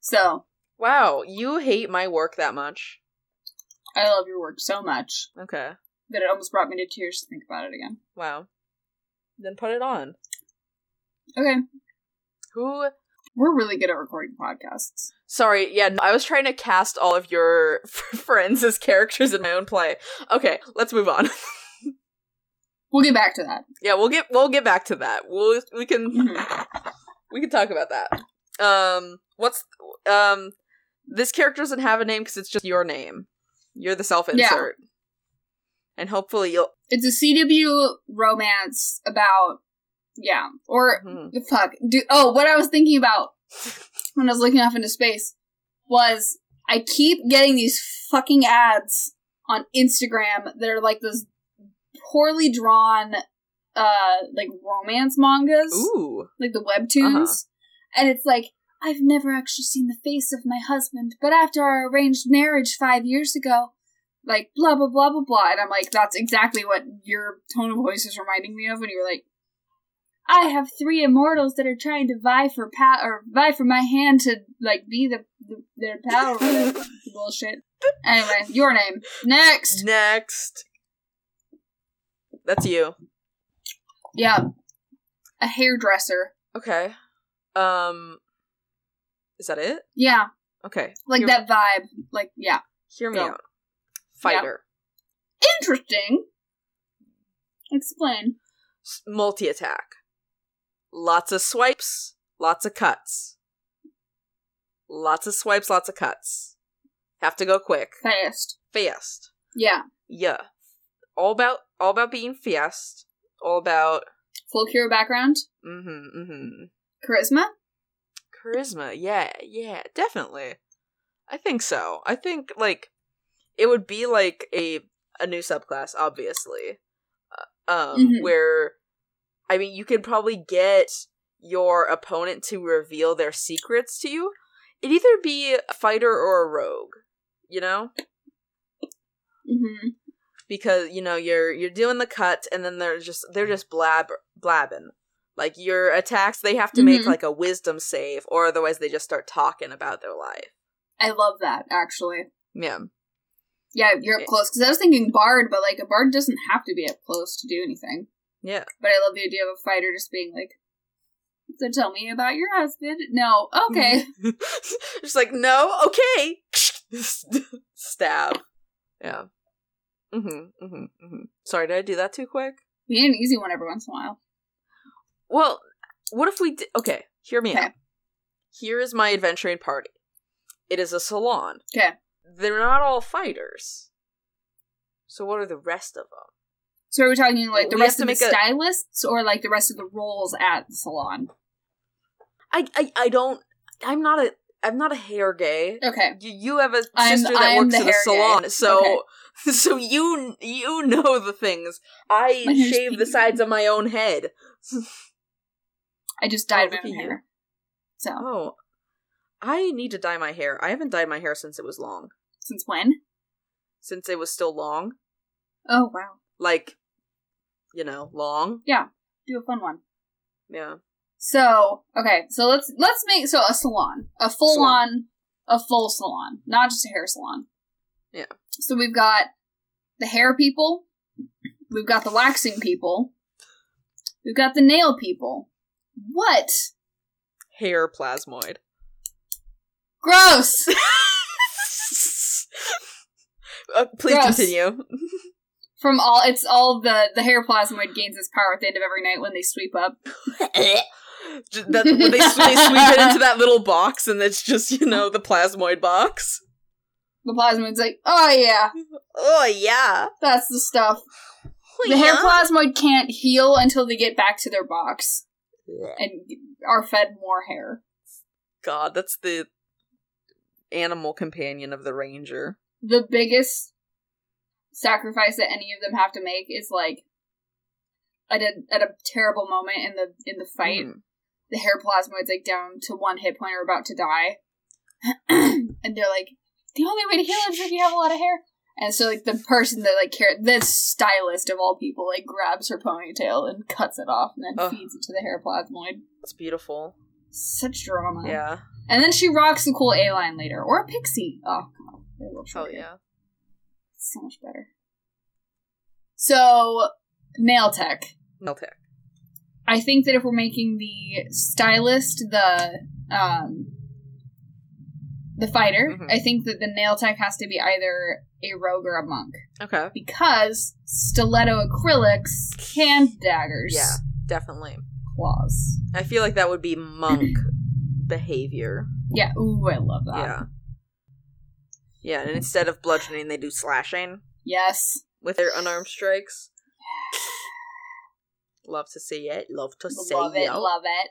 Speaker 1: so
Speaker 2: Wow, you hate my work that much.
Speaker 1: I love your work so much
Speaker 2: Okay.
Speaker 1: that it almost brought me to tears to think about it again.
Speaker 2: Wow. Then put it on.
Speaker 1: Okay.
Speaker 2: Who
Speaker 1: We're really good at recording podcasts.
Speaker 2: Sorry, yeah, no, I was trying to cast all of your *laughs* friends as characters in my own play. Okay, let's move on. *laughs*
Speaker 1: We'll get back to that.
Speaker 2: yeah, we'll get we'll get back to that. We'll we can
Speaker 1: Mhm.
Speaker 2: we can talk about that. Um what's um this character doesn't have a name cuz it's just your name. You're the self-insert. And hopefully you'll
Speaker 1: It's a CW romance about yeah. Or
Speaker 2: Mhm.
Speaker 1: fuck. Do oh, what I was thinking about when I was looking off into space was I keep getting these fucking ads on Instagram that are like those poorly drawn uh like romance mangas.
Speaker 2: Ooh.
Speaker 1: like the webtoons. And it's like, I've never actually seen the face of my husband, but after our arranged marriage five years ago, like blah blah blah blah blah. And I'm like, that's exactly what your tone of voice is reminding me of when you were like, I have three immortals that are trying to vie for power, or vie for my hand to like be the, the their power. bullshit. Anyway, your name next.
Speaker 2: Next. That's you.
Speaker 1: Yeah, a hairdresser.
Speaker 2: Okay. Um. Is that it?
Speaker 1: Yeah,
Speaker 2: Okay.
Speaker 1: like
Speaker 2: hear,
Speaker 1: that vibe. Like yeah,
Speaker 2: Hear me
Speaker 1: Go.
Speaker 2: out. Fighter.
Speaker 1: interesting. Explain.
Speaker 2: Multi attack. Lots of swipes. Lots of cuts. Lots of swipes. Lots of cuts. Have to go quick.
Speaker 1: Fast.
Speaker 2: Fast.
Speaker 1: Yeah,
Speaker 2: Yeah. All about all about being fast. All about
Speaker 1: full cure background.
Speaker 2: mm-hmm, mm-hmm.
Speaker 1: Charisma.
Speaker 2: charisma. Yeah, yeah, definitely. I think so. I think like it would be like a a new subclass, obviously. Uh, um,
Speaker 1: Mhm.
Speaker 2: where I mean, you could probably get your opponent to reveal their secrets to you. It'd either be a fighter or a rogue, you know,
Speaker 1: Mm-hmm.
Speaker 2: because you know you're you're doing the cut, and then they're just they're just blab blabbing. Like your attacks, they have to make
Speaker 1: Mhm.
Speaker 2: like a wisdom save, or otherwise they just start talking about their life.
Speaker 1: I love that actually.
Speaker 2: Yeah.
Speaker 1: Yeah, you're up close because I was thinking bard, but like a bard doesn't have to be up close to do anything.
Speaker 2: Yeah.
Speaker 1: But I love the idea of a fighter just being like, "So tell me about your husband." No,
Speaker 2: *laughs* Mm-hmm.
Speaker 1: okay,
Speaker 2: Just like, no, okay. *laughs* Stab. Yeah. Mm-hmm, mm-hmm, mm-hmm. Sorry, did I do that too quick?
Speaker 1: we need an easy one every once in a while.
Speaker 2: Well, what if we did. Okay, hear me
Speaker 1: Okay.
Speaker 2: out. Here is my adventuring party. It is a salon.
Speaker 1: Okay.
Speaker 2: They're not all fighters. So what are the rest of them?
Speaker 1: So are we talking like the
Speaker 2: We have
Speaker 1: rest
Speaker 2: to
Speaker 1: of the
Speaker 2: make a-
Speaker 1: stylists or like the rest of the roles at the salon?
Speaker 2: I, I, I don't. I'm not a. I'm not a hair gay.
Speaker 1: Okay,
Speaker 2: You, you have a
Speaker 1: I'm-
Speaker 2: sister that
Speaker 1: I'm
Speaker 2: works
Speaker 1: the
Speaker 2: in a
Speaker 1: hair
Speaker 2: salon,
Speaker 1: guy.
Speaker 2: so *laughs* so you you know the things. I
Speaker 1: *laughs* My hair's
Speaker 2: shave the
Speaker 1: pink.
Speaker 2: sides of my own
Speaker 1: *laughs*
Speaker 2: head.
Speaker 1: I just dyed
Speaker 2: Oh,
Speaker 1: my
Speaker 2: look
Speaker 1: own
Speaker 2: at you.
Speaker 1: hair. So
Speaker 2: Oh, I need to dye my hair. I haven't dyed my hair since it was long.
Speaker 1: since when?
Speaker 2: Since it was still long,
Speaker 1: Oh wow,
Speaker 2: like you know, long.
Speaker 1: do a fun one.
Speaker 2: Yeah,
Speaker 1: So okay, so let's let's make so a salon, a full
Speaker 2: Salon.
Speaker 1: on, a full salon, not just a hair salon.
Speaker 2: Yeah.
Speaker 1: So we've got the hair people, we've got the waxing people, we've got the nail people. What?
Speaker 2: hair plasmoid. *laughs*
Speaker 1: Gross.
Speaker 2: Uh, please
Speaker 1: Gross. *laughs*
Speaker 2: continue.
Speaker 1: From all, it's all the the hair plasmoid gains its power at the end of every night when they sweep up.
Speaker 2: Ju- that, when they, s- they sweep it
Speaker 1: *laughs*
Speaker 2: into that little box, and it's just you know the plasmoid box.
Speaker 1: The plasmoid's like, oh yeah,
Speaker 2: Oh yeah.
Speaker 1: that's the stuff. The hair plasmoid can't heal until they get back to their box and are fed more hair.
Speaker 2: God, that's the animal companion of the ranger.
Speaker 1: the biggest sacrifice that any of them have to make is like at a at a terrible moment in the in the fight,
Speaker 2: Mm.
Speaker 1: the hair plasmoid's like down to one hit point or about to die, *clears throat* and they're like, the only way to heal is if you have a lot of hair. And so, like the person that like care, this stylist of all people, like grabs her ponytail and cuts it off, and then
Speaker 2: Ugh.
Speaker 1: feeds it to the hair plasmoid.
Speaker 2: It's beautiful.
Speaker 1: Such drama.
Speaker 2: Yeah.
Speaker 1: And then she rocks a cool A line later, or a pixie. Oh god, I love
Speaker 2: Oh
Speaker 1: Shuriken.
Speaker 2: yeah.
Speaker 1: So much better. So, nail tech.
Speaker 2: Nail tech.
Speaker 1: I think that if we're making the stylist the um, the fighter,
Speaker 2: Mhm.
Speaker 1: I think that the nail tech has to be either a rogue or a monk
Speaker 2: Okay.
Speaker 1: because stiletto acrylics can daggers
Speaker 2: Yeah, definitely.
Speaker 1: claws.
Speaker 2: I feel like that would be
Speaker 1: *clears throat*
Speaker 2: monk behavior.
Speaker 1: Yeah, ooh, I love that.
Speaker 2: Yeah. Yeah, and instead of bludgeoning, they do slashing
Speaker 1: Yes,
Speaker 2: with their unarmed
Speaker 1: *sighs*
Speaker 2: strikes. Love to see it. Love to see
Speaker 1: love it,
Speaker 2: it.
Speaker 1: love it.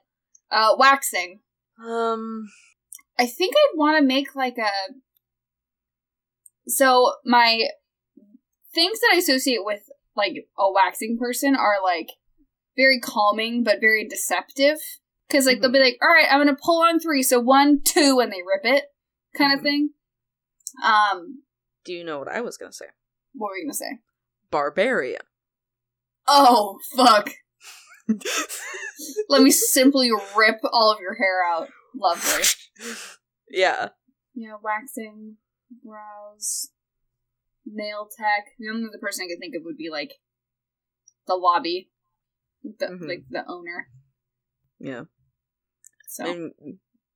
Speaker 1: Uh, waxing.
Speaker 2: Um.
Speaker 1: I think I'd want to make like a. So my things that I associate with like a waxing person are like very calming but very deceptive because like they'll be like, all right, I'm gonna pull on three, so one, two, and they rip it, kind
Speaker 2: Mhm.
Speaker 1: of thing. Um,
Speaker 2: Do you know what I was gonna say?
Speaker 1: what were you gonna say?
Speaker 2: Barbarian.
Speaker 1: Oh fuck! *laughs*
Speaker 2: *laughs*
Speaker 1: Let me simply rip all of your hair out. Lovely.
Speaker 2: yeah.
Speaker 1: Yeah, waxing, brows, nail tech. The only other person I could think of would be like the lobby, the,
Speaker 2: Mhm.
Speaker 1: like the owner.
Speaker 2: Yeah.
Speaker 1: So
Speaker 2: And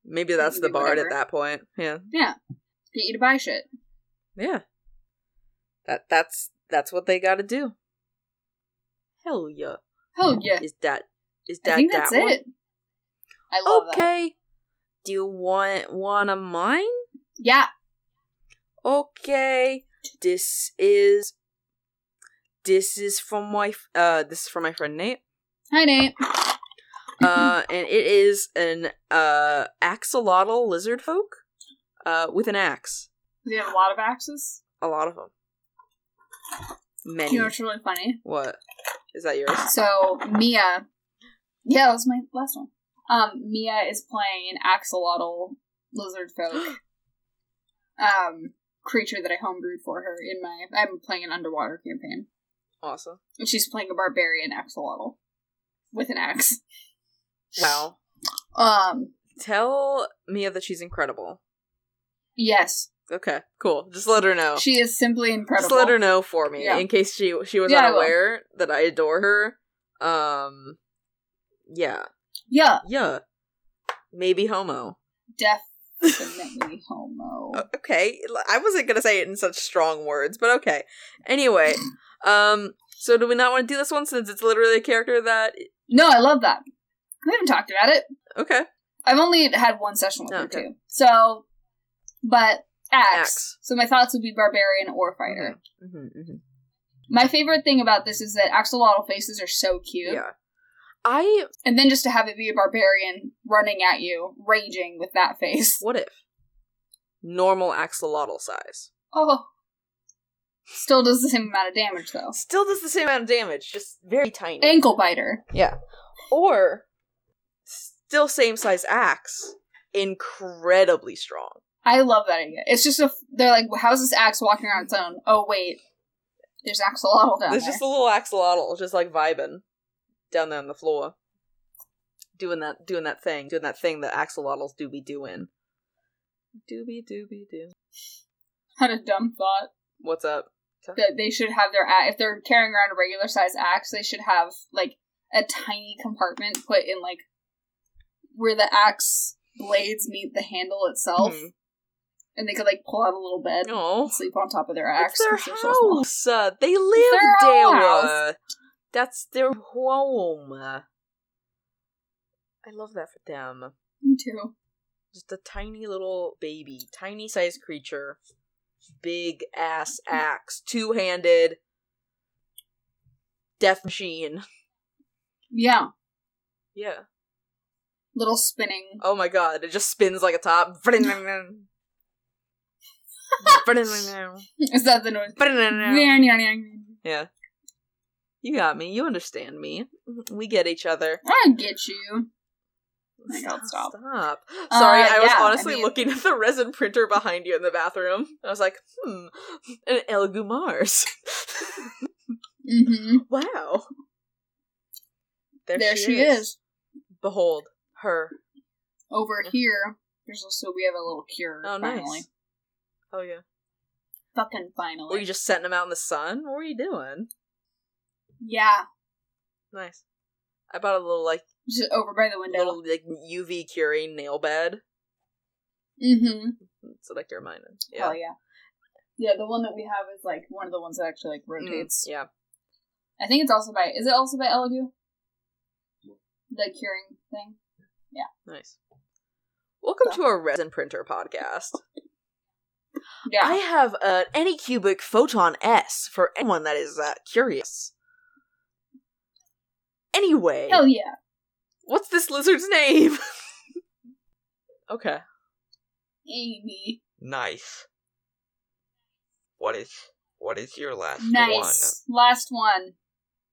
Speaker 2: maybe that's the
Speaker 1: Maybe
Speaker 2: bard
Speaker 1: whatever.
Speaker 2: at that point. Yeah.
Speaker 1: get you to buy shit.
Speaker 2: Yeah. That that's that's what they gotta do. Hell yeah.
Speaker 1: Hell yeah!
Speaker 2: Is that is that
Speaker 1: I think that's
Speaker 2: that one?
Speaker 1: it. I love that.
Speaker 2: okay. Do you want one of mine?
Speaker 1: Yeah,
Speaker 2: Okay. This is this is from my f- uh this is from my friend
Speaker 1: *laughs*
Speaker 2: Nate.
Speaker 1: hi Nate.
Speaker 2: Uh and it is an uh axolotl lizard folk uh with an axe.
Speaker 1: Do you have a lot of axes?
Speaker 2: A lot of them. Many.
Speaker 1: You know what's really funny?
Speaker 2: What? Is that yours?
Speaker 1: So Mia, yeah, that was my last one. Um, Mia is playing an axolotl lizard folk,
Speaker 2: *gasps*
Speaker 1: um, creature that I homebrewed for her in my. I'm playing an underwater campaign,
Speaker 2: Awesome.
Speaker 1: and she's playing a barbarian axolotl with an axe.
Speaker 2: Wow.
Speaker 1: Um,
Speaker 2: Tell Mia that she's incredible.
Speaker 1: yes,
Speaker 2: Okay, cool. Just let her know.
Speaker 1: she is simply incredible.
Speaker 2: Oh. Just let her know for me
Speaker 1: Yeah.
Speaker 2: in case she she was
Speaker 1: Yeah, I will.
Speaker 2: unaware that I adore her. Um, yeah, *laughs*
Speaker 1: Yeah,
Speaker 2: yeah, maybe homo.
Speaker 1: definitely homo.
Speaker 2: O- Okay, l- I wasn't gonna say it in such strong words, but okay. Anyway, um, so do we not want to do this one since it's literally a character that?
Speaker 1: No, I love that. We haven't talked about it.
Speaker 2: Okay,
Speaker 1: I've only had one session with
Speaker 2: Oh,
Speaker 1: her
Speaker 2: okay.
Speaker 1: too. So, but axe.
Speaker 2: Axe.
Speaker 1: So my thoughts would be barbarian or fighter.
Speaker 2: Mhm, mhm.
Speaker 1: My favorite thing about this is that axolotl faces are so cute,
Speaker 2: yeah. I
Speaker 1: and then just to have it be a barbarian running at you, raging with that face. *laughs*
Speaker 2: what if normal axolotl size?
Speaker 1: Oh, still does the same amount of damage though.
Speaker 2: Still does the same amount of damage, just very tiny.
Speaker 1: Ankle biter.
Speaker 2: Yeah. Or still same size axe, incredibly strong.
Speaker 1: I love that idea. It's just a. They're like, how's this axe walking around its own? Oh wait, there's axolotl down
Speaker 2: There's
Speaker 1: there.
Speaker 2: just a little axolotl just like vibing down there on the floor. Doing that doing that thing, doing that thing that axolotls do be doing. Doobie doobie doo.
Speaker 1: *laughs* Had a dumb thought.
Speaker 2: What's up?
Speaker 1: that they should have their a- if they're carrying around a regular size axe, they should have like a tiny compartment put in like where the axe blades meet the handle itself,
Speaker 2: Mhm.
Speaker 1: and they could like pull out a little bed
Speaker 2: Oh.
Speaker 1: and sleep on top of their
Speaker 2: It's
Speaker 1: axe.
Speaker 2: their
Speaker 1: 'cause they're so small.
Speaker 2: house. uh, they live
Speaker 1: It's their own
Speaker 2: there. That's their home. I love that for them.
Speaker 1: Me too.
Speaker 2: just a tiny little baby, tiny sized creature, big ass
Speaker 1: Mm-hmm.
Speaker 2: axe, two handed, death machine.
Speaker 1: Yeah,
Speaker 2: Yeah. *laughs*
Speaker 1: little spinning.
Speaker 2: Oh my god, it just spins like a
Speaker 1: *laughs*
Speaker 2: top. *laughs*
Speaker 1: Is that the noise?
Speaker 2: yeah. You got me. You understand me. We get each other.
Speaker 1: I get you. my God,
Speaker 2: *laughs*
Speaker 1: stop.
Speaker 2: Stop.
Speaker 1: Uh,
Speaker 2: Sorry, I was
Speaker 1: yeah, I
Speaker 2: honestly
Speaker 1: mean-
Speaker 2: looking at the resin printer behind you in the bathroom. I was like, hmm, an El Gumars.
Speaker 1: Mm-hmm.
Speaker 2: *laughs* Wow.
Speaker 1: There, she is.
Speaker 2: Behold her.
Speaker 1: Over
Speaker 2: Yeah.
Speaker 1: here, there's also we have a little cure.
Speaker 2: Oh,
Speaker 1: finally.
Speaker 2: nice. Oh, yeah.
Speaker 1: Fucking finally.
Speaker 2: Were you just setting them out in the sun? What were you doing?
Speaker 1: yeah,
Speaker 2: Nice. I bought a little, like,
Speaker 1: just over by the window.
Speaker 2: little, like, UV curing nail bed.
Speaker 1: Mm-hmm.
Speaker 2: That's what I cure mine in.
Speaker 1: Yeah.
Speaker 2: Yeah.
Speaker 1: yeah. Yeah, the one that we have is like one of the ones that actually like
Speaker 2: Mm,
Speaker 1: rotates.
Speaker 2: yeah.
Speaker 1: I think it's also by is it also by Elegoo? The curing thing.
Speaker 2: Nice. Welcome
Speaker 1: So-
Speaker 2: to our resin printer podcast.
Speaker 1: Yeah.
Speaker 2: I have an Anycubic Photon S for anyone that is uh, curious. Anyway.
Speaker 1: Hell yeah.
Speaker 2: What's this lizard's name? *laughs* okay.
Speaker 1: Amy.
Speaker 3: Nice. What is what is your last one?
Speaker 1: Nice. Last one.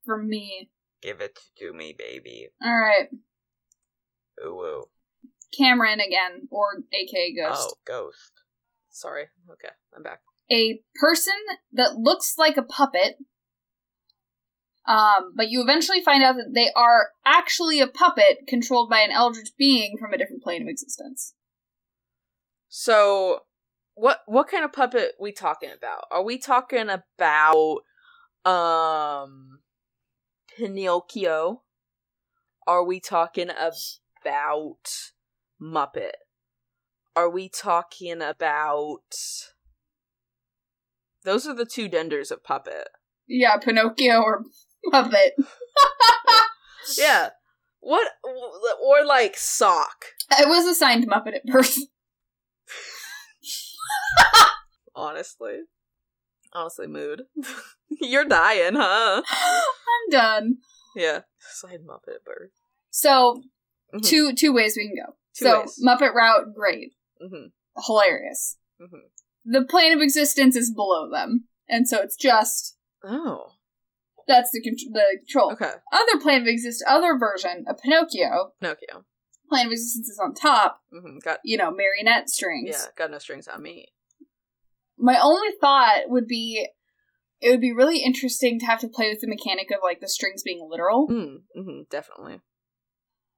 Speaker 1: For me.
Speaker 3: Give it to me, baby.
Speaker 1: Alright.
Speaker 3: Ooh. ooh.
Speaker 1: Cameron again, or aka Ghost.
Speaker 3: Oh, ghost.
Speaker 2: Sorry. Okay, I'm back.
Speaker 1: A person that looks like a puppet. Um, but you eventually find out that they are actually a puppet controlled by an eldritch being from a different plane of existence.
Speaker 2: So, what what kind of puppet we talking about? Are we talking about um Pinocchio? Are we talking about Muppet? Are we talking about Those are the two denders of puppet.
Speaker 1: Yeah, Pinocchio or Muppet. *laughs*
Speaker 2: Yeah. What or like sock,
Speaker 1: I was assigned Muppet at *laughs* birth.
Speaker 2: honestly. Honestly, mood. *laughs* You're dying, huh?
Speaker 1: I'm done.
Speaker 2: Yeah. *laughs* Side Muppet at birth.
Speaker 1: So
Speaker 2: Mhm.
Speaker 1: two Mm-hmm. two ways we can go.
Speaker 2: Two
Speaker 1: so
Speaker 2: ways.
Speaker 1: Muppet route, great,
Speaker 2: Mhm.
Speaker 1: hilarious.
Speaker 2: Mhm.
Speaker 1: The plane of existence is below them, and so it's just
Speaker 2: Oh.
Speaker 1: that's the con- the control.
Speaker 2: Okay.
Speaker 1: Other plane of exist, other version of Pinocchio.
Speaker 2: Pinocchio.
Speaker 1: Plane of existence is on top,
Speaker 2: hmm Got
Speaker 1: you know, marionette strings.
Speaker 2: yeah. Got no strings on me.
Speaker 1: My only thought would be, it would be really interesting to have to play with the mechanic of like the strings being literal.
Speaker 2: Mm, hmm definitely.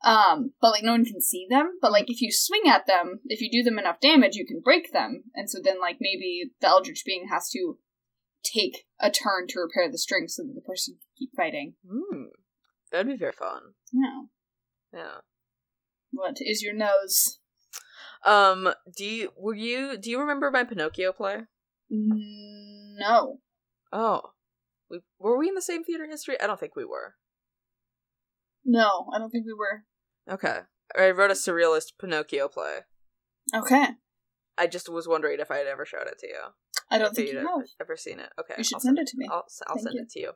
Speaker 1: Um, but like no one can see them. But like if you swing at them, if you do them enough damage, you can break them. And so then like maybe the Eldritch being has to take a turn to repair the string so that the person can keep fighting.
Speaker 2: Mm, that'd be very fun.
Speaker 1: No.
Speaker 2: Yeah.
Speaker 1: What is your nose?
Speaker 2: Um. Do you were you do you remember my Pinocchio play?
Speaker 1: No.
Speaker 2: Oh. We, were we in the same theater history? I don't think we were.
Speaker 1: No, I don't think we were.
Speaker 2: Okay. I wrote a surrealist Pinocchio play.
Speaker 1: Okay.
Speaker 2: I just was wondering if I had ever showed it to you.
Speaker 1: I don't
Speaker 2: If
Speaker 1: think
Speaker 2: you'd
Speaker 1: you
Speaker 2: ever,
Speaker 1: have.
Speaker 2: ever seen it. Okay.
Speaker 1: You should
Speaker 2: I'll
Speaker 1: send it to me.
Speaker 2: I'll, I'll
Speaker 1: Thank
Speaker 2: send
Speaker 1: you.
Speaker 2: it to you.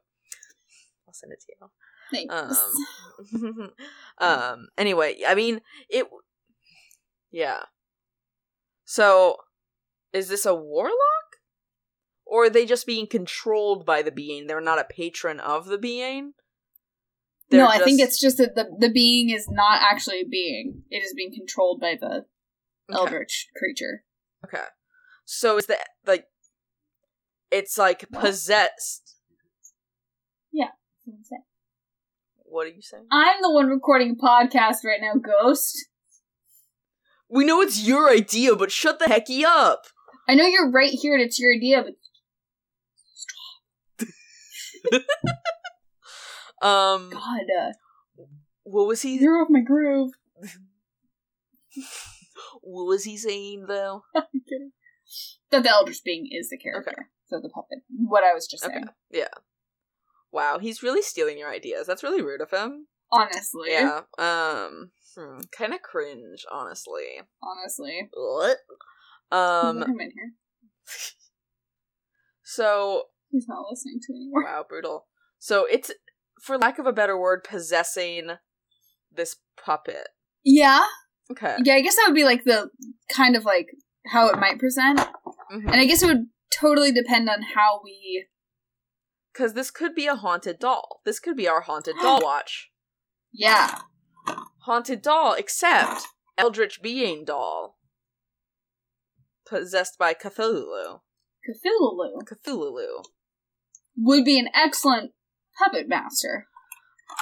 Speaker 2: I'll send it to you.
Speaker 1: Thanks.
Speaker 2: *laughs*
Speaker 1: Hmm.
Speaker 2: um, um anyway i mean it yeah so is this a warlock or are they just being controlled by the being they're not a patron of the being
Speaker 1: *laughs* no,
Speaker 2: They're
Speaker 1: I think
Speaker 2: just-
Speaker 1: it's just that the the being is not actually a being. It is being controlled by the
Speaker 2: okay.
Speaker 1: Eldritch creature.
Speaker 2: okay so is that like it's like
Speaker 1: Well-
Speaker 2: possessed
Speaker 1: That's what I'm saying.
Speaker 2: what are you saying
Speaker 1: I'm the one recording a podcast right now, Ghost.
Speaker 2: we know it's your idea but shut the hecky up
Speaker 1: I know you're right here and it's your idea, but
Speaker 2: um
Speaker 1: God, uh,
Speaker 2: what was he
Speaker 1: you're off my groove. *laughs*
Speaker 2: what was he saying though
Speaker 1: I'm kidding. That the Eldritch Being is the character. So the puppet. What I was just
Speaker 2: Okay.
Speaker 1: saying.
Speaker 2: Wow, he's really stealing your ideas. That's really rude of him.
Speaker 1: Honestly.
Speaker 2: Yeah. Um, kind of cringe, honestly.
Speaker 1: Honestly.
Speaker 2: What? Um,
Speaker 1: Um, *laughs* I'm in here.
Speaker 2: so
Speaker 1: He's not listening to me anymore.
Speaker 2: wow, brutal. So it's for lack of a better word, possessing this puppet.
Speaker 1: Yeah.
Speaker 2: Okay.
Speaker 1: Yeah, I guess that would be like the kind of like how it might present.
Speaker 2: Mhm.
Speaker 1: And I guess it would totally depend on how we.
Speaker 2: Cuz this could be a haunted doll. This could be our haunted doll watch.
Speaker 1: Yeah.
Speaker 2: Haunted doll except eldritch being doll possessed by Cthulhu.
Speaker 1: Cthulhu
Speaker 2: Cthulhu.
Speaker 1: would be an excellent puppet master.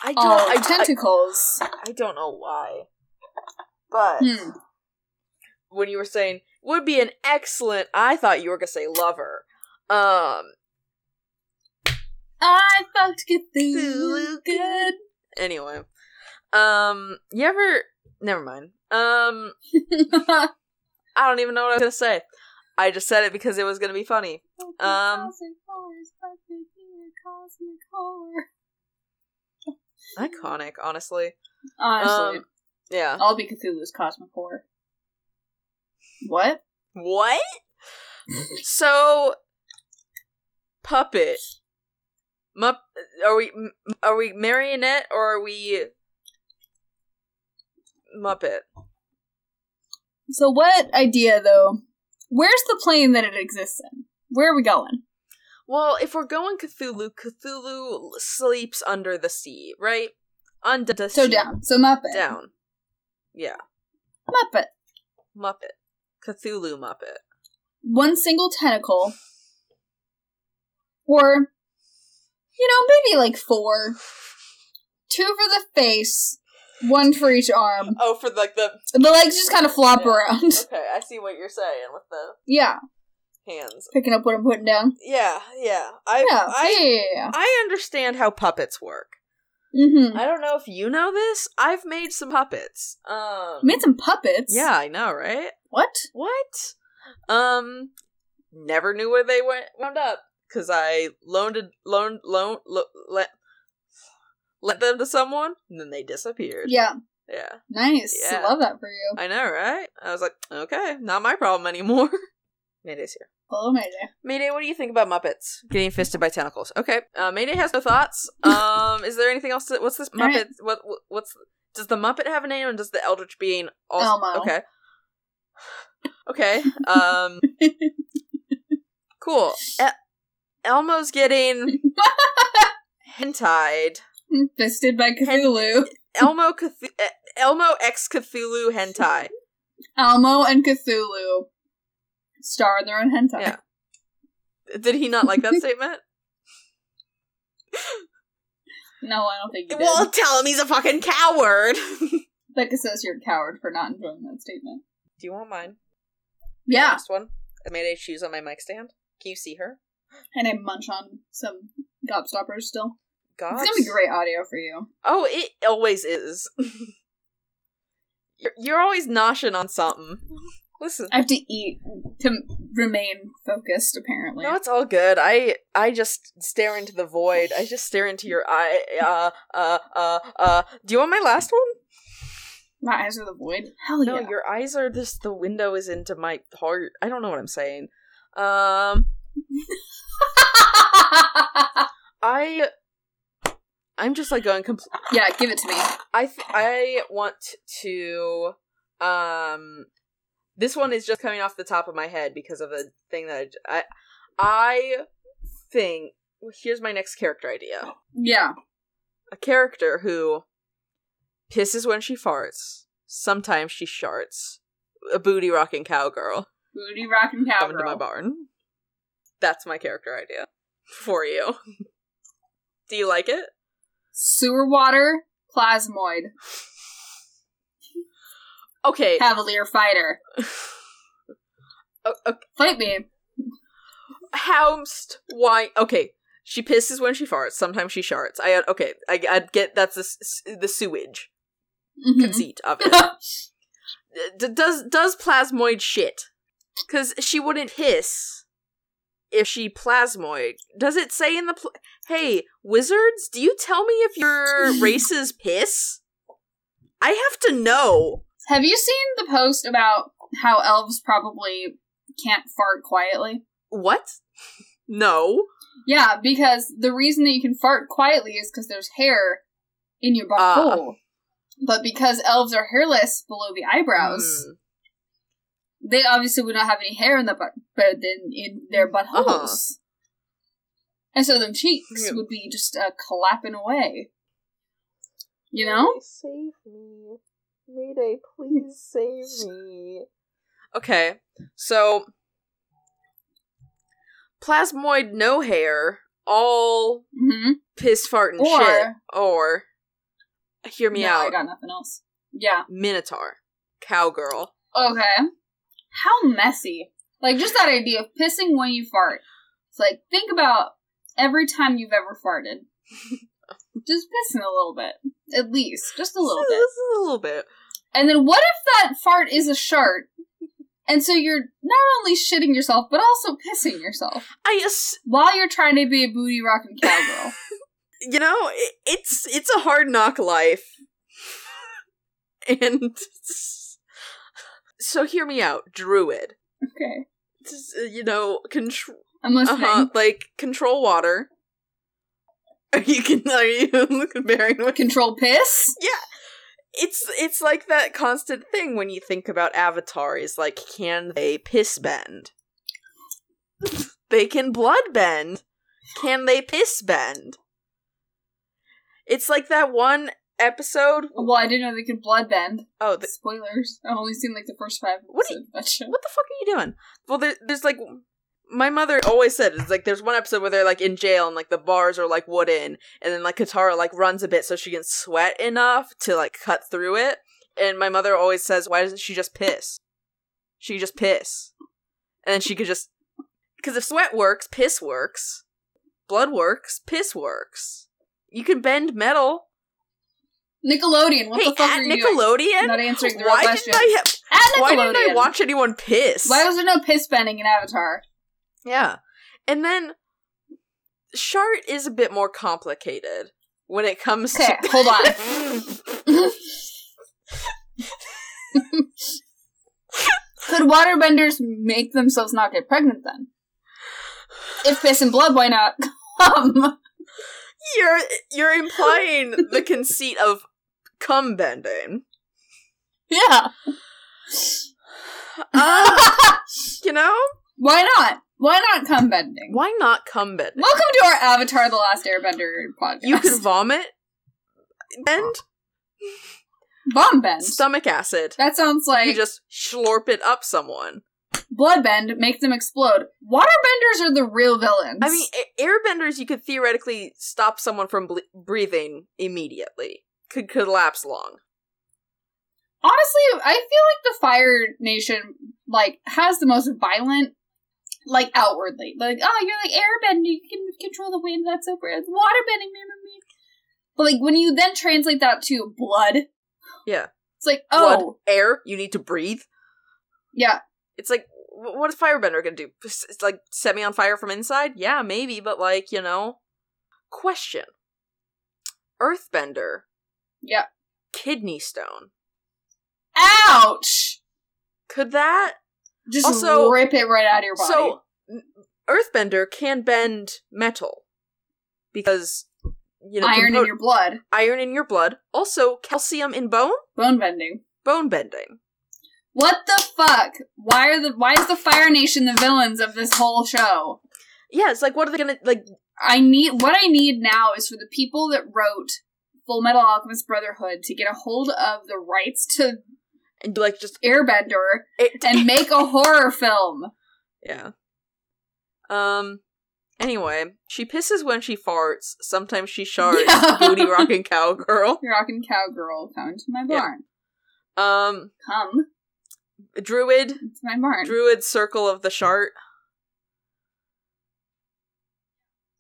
Speaker 2: I don't
Speaker 1: All
Speaker 2: I, I,
Speaker 1: tentacles.
Speaker 2: I don't know why. But
Speaker 1: Hmm.
Speaker 2: when you were saying would be an excellent, I thought you were gonna say lover. Um.
Speaker 1: I fucked Cthulhu
Speaker 2: Cthulhu
Speaker 1: good.
Speaker 2: Anyway, um. You ever? Never mind. Um.
Speaker 1: *laughs*
Speaker 2: I don't even know what I was gonna say. I just said it because it was gonna be funny. Um, Iconic, honestly.
Speaker 1: Honestly,
Speaker 2: Um, Yeah.
Speaker 1: I'll be Cthulhu's cosmic horror. What?
Speaker 2: What? so, puppet. Mupp. Are we m- are we marionette or are we Muppet?
Speaker 1: So what idea though? Where's the plane that it exists in? Where are we going?
Speaker 2: Well, if we're going Cthulhu, Cthulhu sleeps under the sea, right? Under the
Speaker 1: So
Speaker 2: sea.
Speaker 1: down. So Muppet.
Speaker 2: Down. Yeah.
Speaker 1: Muppet.
Speaker 2: Muppet. Cthulhu Muppet.
Speaker 1: One single tentacle. Or you know, maybe like four. Two for the face, one for each arm.
Speaker 2: Oh, for like the
Speaker 1: And the legs just kind of flop
Speaker 2: Yeah.
Speaker 1: around. *laughs*
Speaker 2: okay, I see what you're saying with the
Speaker 1: Yeah,
Speaker 2: hands.
Speaker 1: picking up what I'm putting down.
Speaker 2: Yeah, yeah. I
Speaker 1: Yeah,
Speaker 2: I
Speaker 1: yeah, yeah,
Speaker 2: I understand how puppets work.
Speaker 1: yeah. Mm-hmm.
Speaker 2: I don't know if you know this. I've made some puppets. Um,
Speaker 1: Made some puppets.
Speaker 2: yeah, I know, right?
Speaker 1: What?
Speaker 2: What? Um, never knew where they went wound up because I loaned it, loaned loan lo, let let them to someone, and then they disappeared.
Speaker 1: Yeah.
Speaker 2: yeah,
Speaker 1: Nice.
Speaker 2: Yeah.
Speaker 1: Love that for you.
Speaker 2: I know, right? I was like, okay, not my problem anymore. *laughs* Mayday's here.
Speaker 1: Hello, Mayday.
Speaker 2: Mayday, what do you think about Muppets getting fisted by tentacles? Okay, uh, Mayday has no thoughts. Um, is there anything else? To, what's this
Speaker 1: All right.
Speaker 2: Muppet? What what- what's does the Muppet have a name, and does the Eldritch Being also?
Speaker 1: Elmo.
Speaker 2: Okay, okay. Um, cool. El- Elmo's
Speaker 1: *laughs*
Speaker 2: getting hentai.
Speaker 1: *laughs* Fisted by Cthulhu.
Speaker 2: Elmo Cth- Elmo ex Cthulhu hentai.
Speaker 1: Elmo and Cthulhu star in their own hentai.
Speaker 2: Yeah. Did he not
Speaker 1: *laughs*
Speaker 2: like that statement?
Speaker 1: No, I don't think you did.
Speaker 2: Well, tell him he's a fucking coward. *laughs* do
Speaker 1: Becca says you're a coward for not enjoying that statement.
Speaker 2: you want mine?
Speaker 1: Yeah.
Speaker 2: Last one. I made a shoes on my mic stand. Can you see her?
Speaker 1: And I munch on some gobstoppers still.
Speaker 2: God.
Speaker 1: It's gonna be great audio for you.
Speaker 2: Oh, it always is. *laughs* you're, you're always noshing on something. Listen.
Speaker 1: I have to eat to m- remain focused, apparently.
Speaker 2: No, it's all good. I I just stare into the void. I just stare into your eye. Uh, uh, uh, uh. Do you want my last one?
Speaker 1: My eyes are the void. Hell
Speaker 2: No,
Speaker 1: yeah.
Speaker 2: your eyes are just the window is into my heart. I don't know what I'm saying. Um, I I'm just like going compl-
Speaker 1: *laughs* yeah, give it to me.
Speaker 2: I th- I want to um this one is just coming off the top of my head because of the thing that I j- I, I think here's my next character idea.
Speaker 1: Yeah.
Speaker 2: A character who pisses when she farts. Sometimes she sharts. A booty rocking cowgirl
Speaker 1: Booty rockin'
Speaker 2: coming to my
Speaker 1: cowgirl.
Speaker 2: barn. That's my character idea for you. *laughs* Do you like it?
Speaker 1: Sewer water, plasmoid,
Speaker 2: Okay.
Speaker 1: cavalier fighter.
Speaker 2: O- *laughs* o-
Speaker 1: Fight me.
Speaker 2: Housed. Why? Okay. She pisses when she farts. Sometimes she sharts. I okay. I, I get that's the s- the sewage
Speaker 1: Mhm.
Speaker 2: conceit of it. *laughs* D- does does plasmoid shit? Because she wouldn't hiss if she plasmoid. Does it say in the pl- hey wizards? Do you tell me if your races piss? I have to know.
Speaker 1: *laughs* Have you seen the post about how elves probably can't fart quietly?
Speaker 2: What? *laughs* No.
Speaker 1: Yeah, because the reason that you can fart quietly is because there's hair in your
Speaker 2: Ah.
Speaker 1: butthole. But because elves are hairless below the eyebrows,
Speaker 2: Mm.
Speaker 1: they obviously would not have any hair in the butt, but then in their
Speaker 2: Uh-huh.
Speaker 1: buttholes. And so them cheeks
Speaker 2: Yeah.
Speaker 1: would be just uh, clapping away. You know?
Speaker 2: Save me. Mayday,
Speaker 1: *laughs*
Speaker 2: please save me. Okay, so. Plasmoid no hair, all
Speaker 1: Mm-hmm.
Speaker 2: piss fart and
Speaker 1: Or-
Speaker 2: shit. Or. Hear me
Speaker 1: no, I
Speaker 2: out.
Speaker 1: got nothing else. Yeah.
Speaker 2: Minotaur. Cowgirl.
Speaker 1: Okay. How messy. Like, just that idea of pissing when you fart. It's like, think about every time you've ever
Speaker 2: *laughs*
Speaker 1: farted. just pissing a little bit. At least. Just a little
Speaker 2: This *laughs*
Speaker 1: bit.
Speaker 2: is a little bit.
Speaker 1: And then what if that fart is a shart? And so you're not only shitting yourself, but also pissing yourself
Speaker 2: I ass-
Speaker 1: while you're trying to be a booty rocking
Speaker 2: *laughs*
Speaker 1: cowgirl.
Speaker 2: you know, i it's it's a hard knock life. *laughs* and *laughs* so hear me out, druid.
Speaker 1: okay.
Speaker 2: Just, uh, You know, control
Speaker 1: I'm listening.
Speaker 2: uh-huh, like control water. *laughs* Are you can are you *laughs* comparing what
Speaker 1: Control piss?
Speaker 2: it's it's like that constant thing when you think about Avatar is like can they piss bend? *laughs* they can blood bend. Can they piss bend? It's like that one episode.
Speaker 1: Well, I didn't know they could bloodbend.
Speaker 2: Oh, the,
Speaker 1: Spoilers. I've only seen like the first five
Speaker 2: What do
Speaker 1: episodes of that show.
Speaker 2: what the fuck are you doing? Well, there, there's like my mother always said it's like there's one episode where they're like in jail and like the bars are like wooden and then like Katara like runs a bit so she can sweat enough to like cut through it. And my mother always says, Why doesn't she just piss? She could just piss. And then she could just because if sweat works, piss works. Blood works, piss works. You can bend metal.
Speaker 1: Nickelodeon. What
Speaker 2: hey,
Speaker 1: the fuck
Speaker 2: at
Speaker 1: are you
Speaker 2: Nickelodeon?
Speaker 1: doing? Not answering the
Speaker 2: why
Speaker 1: right
Speaker 2: didn't
Speaker 1: question.
Speaker 2: I have,
Speaker 1: at Nickelodeon.
Speaker 2: why didn't I watch anyone piss?
Speaker 1: Why was there no piss bending
Speaker 2: *laughs*
Speaker 1: in Avatar?
Speaker 2: Yeah. And then Shart is a bit more complicated when it comes
Speaker 1: Okay, *laughs*
Speaker 2: to *laughs*
Speaker 1: hold on. Could waterbenders make themselves not get pregnant then? If piss and blood, why not? *laughs* Um,
Speaker 2: you're you're implying the conceit of cum
Speaker 1: *laughs*
Speaker 2: bending.
Speaker 1: yeah.
Speaker 2: Uh, you know?
Speaker 1: Why not? Why not cum bending?
Speaker 2: Why not cum bending?
Speaker 1: Welcome to our Avatar The Last Airbender podcast.
Speaker 2: You can vomit and
Speaker 1: *laughs* bomb bend.
Speaker 2: stomach acid.
Speaker 1: That sounds like
Speaker 2: You just slurp it up someone.
Speaker 1: blood bend, make them explode. Waterbenders are the real villains.
Speaker 2: I mean, a- airbenders, you could theoretically stop someone from ble- breathing immediately. Could collapse long.
Speaker 1: honestly, I feel like the Fire Nation like has the most violent, like outwardly, like oh you're like airbending, you can control the wind, that's so brave. Waterbending, remember me? But like when you then translate that to blood,
Speaker 2: Yeah.
Speaker 1: it's like oh
Speaker 2: Blood, air, you need to breathe.
Speaker 1: yeah,
Speaker 2: It's like, wh- what is Firebender gonna do? S- It's like set me on fire from inside? Yeah, maybe, but like, you know. Question Earthbender,
Speaker 1: yeah.
Speaker 2: kidney stone.
Speaker 1: Ouch!
Speaker 2: Could that
Speaker 1: Just
Speaker 2: Also-
Speaker 1: rip it right out of your body.
Speaker 2: So, n- Earthbender can bend metal because you know
Speaker 1: Iron
Speaker 2: compo-
Speaker 1: in your blood,
Speaker 2: iron in your blood. Also, calcium in bone,
Speaker 1: bone bending.
Speaker 2: bone bending.
Speaker 1: What the fuck? Why are the why is the Fire Nation the villains of this whole show?
Speaker 2: Yeah, it's like what are they gonna like?
Speaker 1: I need what I need now is for the people that wrote Full Metal Alchemist Brotherhood to get a hold of the rights to
Speaker 2: and do, Like just
Speaker 1: Airbender
Speaker 2: it, *laughs*
Speaker 1: and make a horror film.
Speaker 2: yeah. Um. Anyway, she pisses when she farts. Sometimes she *laughs* sharts.
Speaker 1: Yeah.
Speaker 2: Booty rocking cowgirl.
Speaker 1: You're rocking cowgirl, come to my
Speaker 2: Yeah.
Speaker 1: barn.
Speaker 2: Um.
Speaker 1: Come
Speaker 2: Druid.
Speaker 1: to my barn.
Speaker 2: Druid circle of the shart.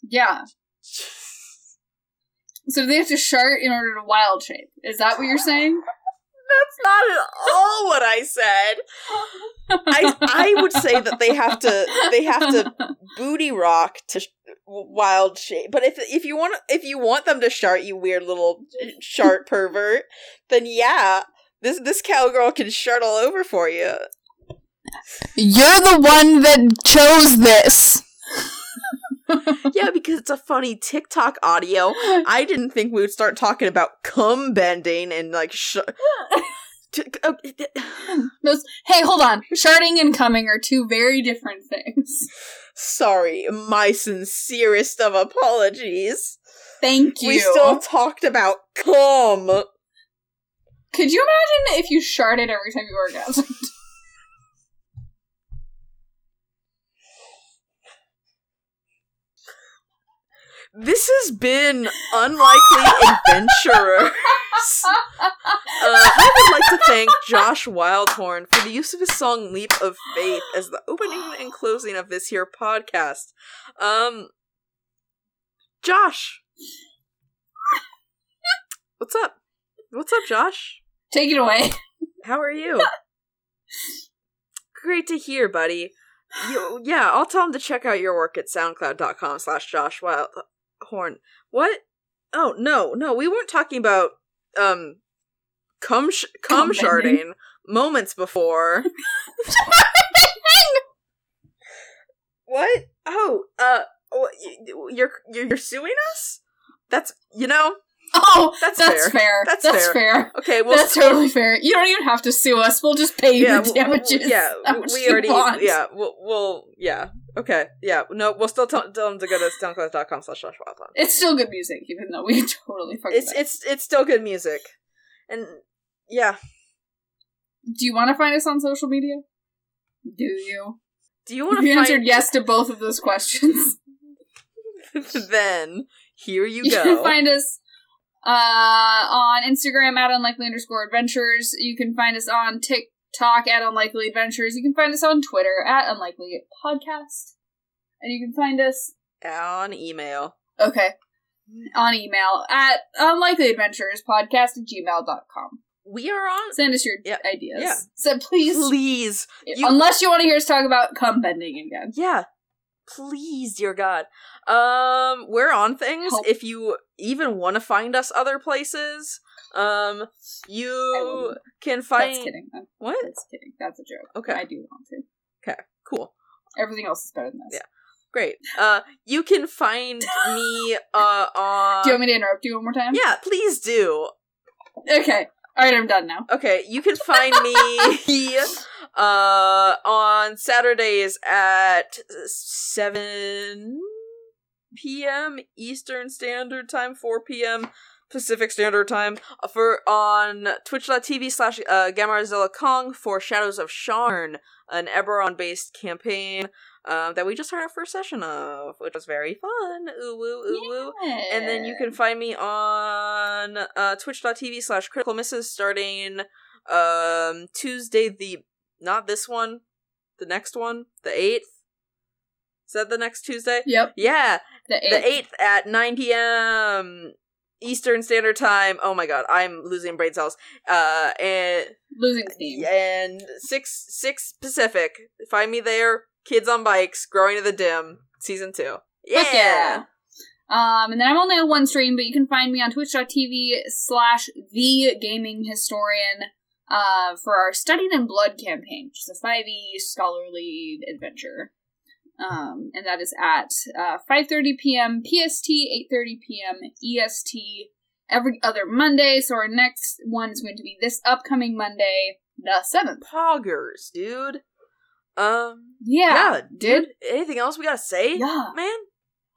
Speaker 1: yeah. So they have to shart in order to wild shape. Is that what you're saying?
Speaker 2: That's not at all what I said. I I would say that they have to they have to
Speaker 1: *laughs*
Speaker 2: booty rock to sh- wild shape. But if if you want if you want them to shart you weird little shart pervert, then yeah, this this cowgirl can shart all over for you.
Speaker 4: You're the one that chose this.
Speaker 2: Yeah, because it's a funny TikTok audio. I didn't think we would start talking about cum bending and like
Speaker 1: *laughs*
Speaker 2: sh- t- uh,
Speaker 1: Those, hey, hold on. Sharting and coming are two very different things.
Speaker 2: sorry, my sincerest of apologies.
Speaker 1: Thank you.
Speaker 2: We still talked about cum.
Speaker 1: Could you imagine if you sharted every time you orgasmed?
Speaker 2: This has been Unlikely Adventurers. Uh, I would like to thank Josh Wildhorn for the use of his song Leap of Faith as the opening and closing of this here podcast. Um, Josh. What's up? What's up, Josh?
Speaker 1: *laughs* Take it away. *laughs*
Speaker 2: How are you? *laughs* Great to hear, buddy. You, yeah, I'll tell him to check out your work at soundcloud.com slash Josh Wildhorn. What? Oh, no, no, we weren't talking about, um, cum, sh- cum
Speaker 1: Cum bending.
Speaker 2: sharding moments
Speaker 1: *laughs*
Speaker 2: before. what? Oh, uh, wh- y- you're, you're, you're suing us? That's, you know,
Speaker 1: Oh,
Speaker 2: That's
Speaker 1: that's, fair.
Speaker 2: fair. That's
Speaker 1: That's, fair.
Speaker 2: okay, well,
Speaker 1: that's totally fair. You don't even have to sue us. We'll just pay you
Speaker 2: well,
Speaker 1: your damages.
Speaker 2: Yeah,
Speaker 1: *laughs* how
Speaker 2: we-
Speaker 1: much
Speaker 2: we
Speaker 1: you
Speaker 2: already.
Speaker 1: want.
Speaker 2: Yeah, we'll, we'll. Yeah. Okay. Yeah. No, we'll still tell, tell them to go to soundcloud.com slash wildland.
Speaker 1: It's still good music, even though we *laughs* totally fucked
Speaker 2: It's
Speaker 1: it up.
Speaker 2: it's it's still good music, and yeah.
Speaker 1: Do you want to find us on social media? Do you?
Speaker 2: Do you want
Speaker 1: You
Speaker 2: to
Speaker 1: answered
Speaker 2: find
Speaker 1: yes to both of those questions.
Speaker 2: *laughs* then here you
Speaker 1: You
Speaker 2: go.
Speaker 1: can find us uh, on Instagram at unlikely underscore adventures. You can find us on TikTok at unlikely adventures. You can find us on Twitter at unlikely podcast. And you can find us,
Speaker 2: on email.
Speaker 1: okay, on email at unlikelyadventurespodcast at gmail.com.
Speaker 2: We are on.
Speaker 1: Send us your
Speaker 2: Yeah.
Speaker 1: ideas.
Speaker 2: Yeah.
Speaker 1: So please,
Speaker 2: Please, you-
Speaker 1: unless you want to hear us talk about cum bending again.
Speaker 2: yeah, please, dear God. Um, we're on things.
Speaker 1: Help.
Speaker 2: If you even want to find us other places, um, you
Speaker 1: wouldn't.
Speaker 2: can
Speaker 1: That's
Speaker 2: find
Speaker 1: kidding. I'm
Speaker 2: what?
Speaker 1: that's kidding. That's a joke.
Speaker 2: Okay.
Speaker 1: I do want to.
Speaker 2: Cool.
Speaker 1: Everything else is better than this.
Speaker 2: Yeah. Great. Uh, you can
Speaker 1: *laughs*
Speaker 2: find me uh on.
Speaker 1: Do you want me to interrupt you one more time?
Speaker 2: yeah, please do.
Speaker 1: Okay. All right, I'm done now.
Speaker 2: Okay, you can find me uh on Saturdays at 7 p.m. Eastern Standard Time, 4 p.m. Pacific Standard Time for on twitch.tv slash uh, Gamarazilla Kong for Shadows of Sharn, an Eberron based campaign um, that we just had our first session of, which was very fun. Ooh, woo, ooh, woo. And then you can find me on uh, twitch.tv slash critical misses starting um, Tuesday, the. Not this one, the next one, the 8th. Is that the next Tuesday?
Speaker 1: Yep.
Speaker 2: Yeah,
Speaker 1: The eighth.
Speaker 2: the 8th at 9 p.m. Eastern Standard Time. Oh my god, I'm losing brain cells. Uh, and
Speaker 1: Losing theme.
Speaker 2: and six six Pacific. Find me there. Kids on bikes, growing to the dim, season two. Yeah,
Speaker 1: Fuck yeah. Um, and then I'm only on one stream, but you can find me on twitch.tv slash the gaming historian uh, for our Studied in Blood campaign, which is a 5e scholarly adventure. Um, and that is at uh, 5.30 p.m. PST, 8.30 p.m. EST E every other Monday. So our next one is going to be this upcoming Monday, the 7th.
Speaker 2: poggers, dude. Um,
Speaker 1: Yeah.
Speaker 2: yeah,
Speaker 1: dude.
Speaker 2: Anything else we gotta say,
Speaker 1: Yeah.
Speaker 2: man?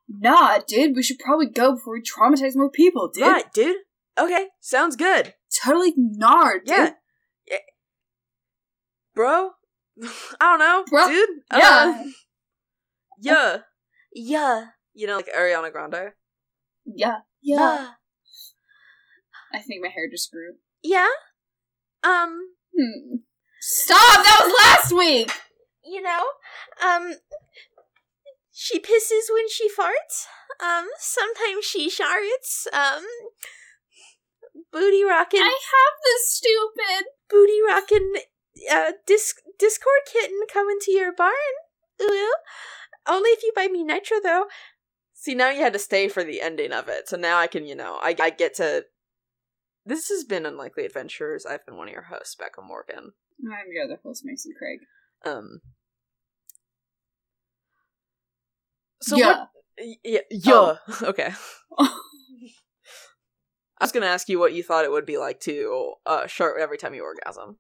Speaker 1: Nah, dude, we should probably go before we traumatize more people, dude.
Speaker 2: Right, dude. Okay, sounds good.
Speaker 1: Totally gnarred, dude.
Speaker 2: Yeah, Yeah. bro. *laughs* I don't know,
Speaker 1: Bro.
Speaker 2: dude.
Speaker 1: Yeah.
Speaker 2: Uh, yeah, yeah. You know, like Ariana Grande.
Speaker 1: yeah. I think my hair just grew.
Speaker 2: yeah. Um.
Speaker 1: Hmm. Stop! That was last week!
Speaker 2: you know, um, she pisses when she farts. Um, sometimes she sharts. Um, booty rockin',
Speaker 1: I have this stupid.
Speaker 2: booty rockin', uh, disc- Discord kitten coming to your barn. Ooh, only if you buy me nitro though. See, now you had to stay for the ending of it, so now I can, you know, I, I get to. This has been Unlikely Adventures. I've been one of your hosts, Becca Morgan.
Speaker 1: I'm your other host, Mason Craig.
Speaker 2: Um. So
Speaker 1: yeah.
Speaker 2: what? Y- Yeah. yeah. *laughs* Okay. I was gonna ask you what you thought it would be like to uh shart every time you orgasm.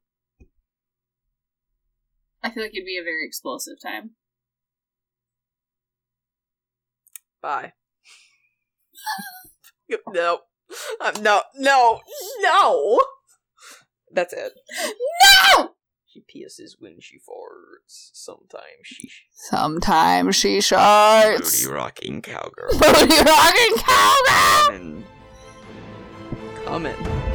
Speaker 1: I feel like it'd be a very explosive time.
Speaker 3: *laughs*
Speaker 2: Bye. no. Um, no. No. No. That's it.
Speaker 1: No!
Speaker 3: She pisses when she farts. Sometimes she
Speaker 4: Sometimes she
Speaker 3: booty
Speaker 4: sharts.
Speaker 3: rocking
Speaker 1: *laughs*
Speaker 3: cowgirl.
Speaker 4: Booty rocking cowgirl!
Speaker 3: and
Speaker 2: Comment.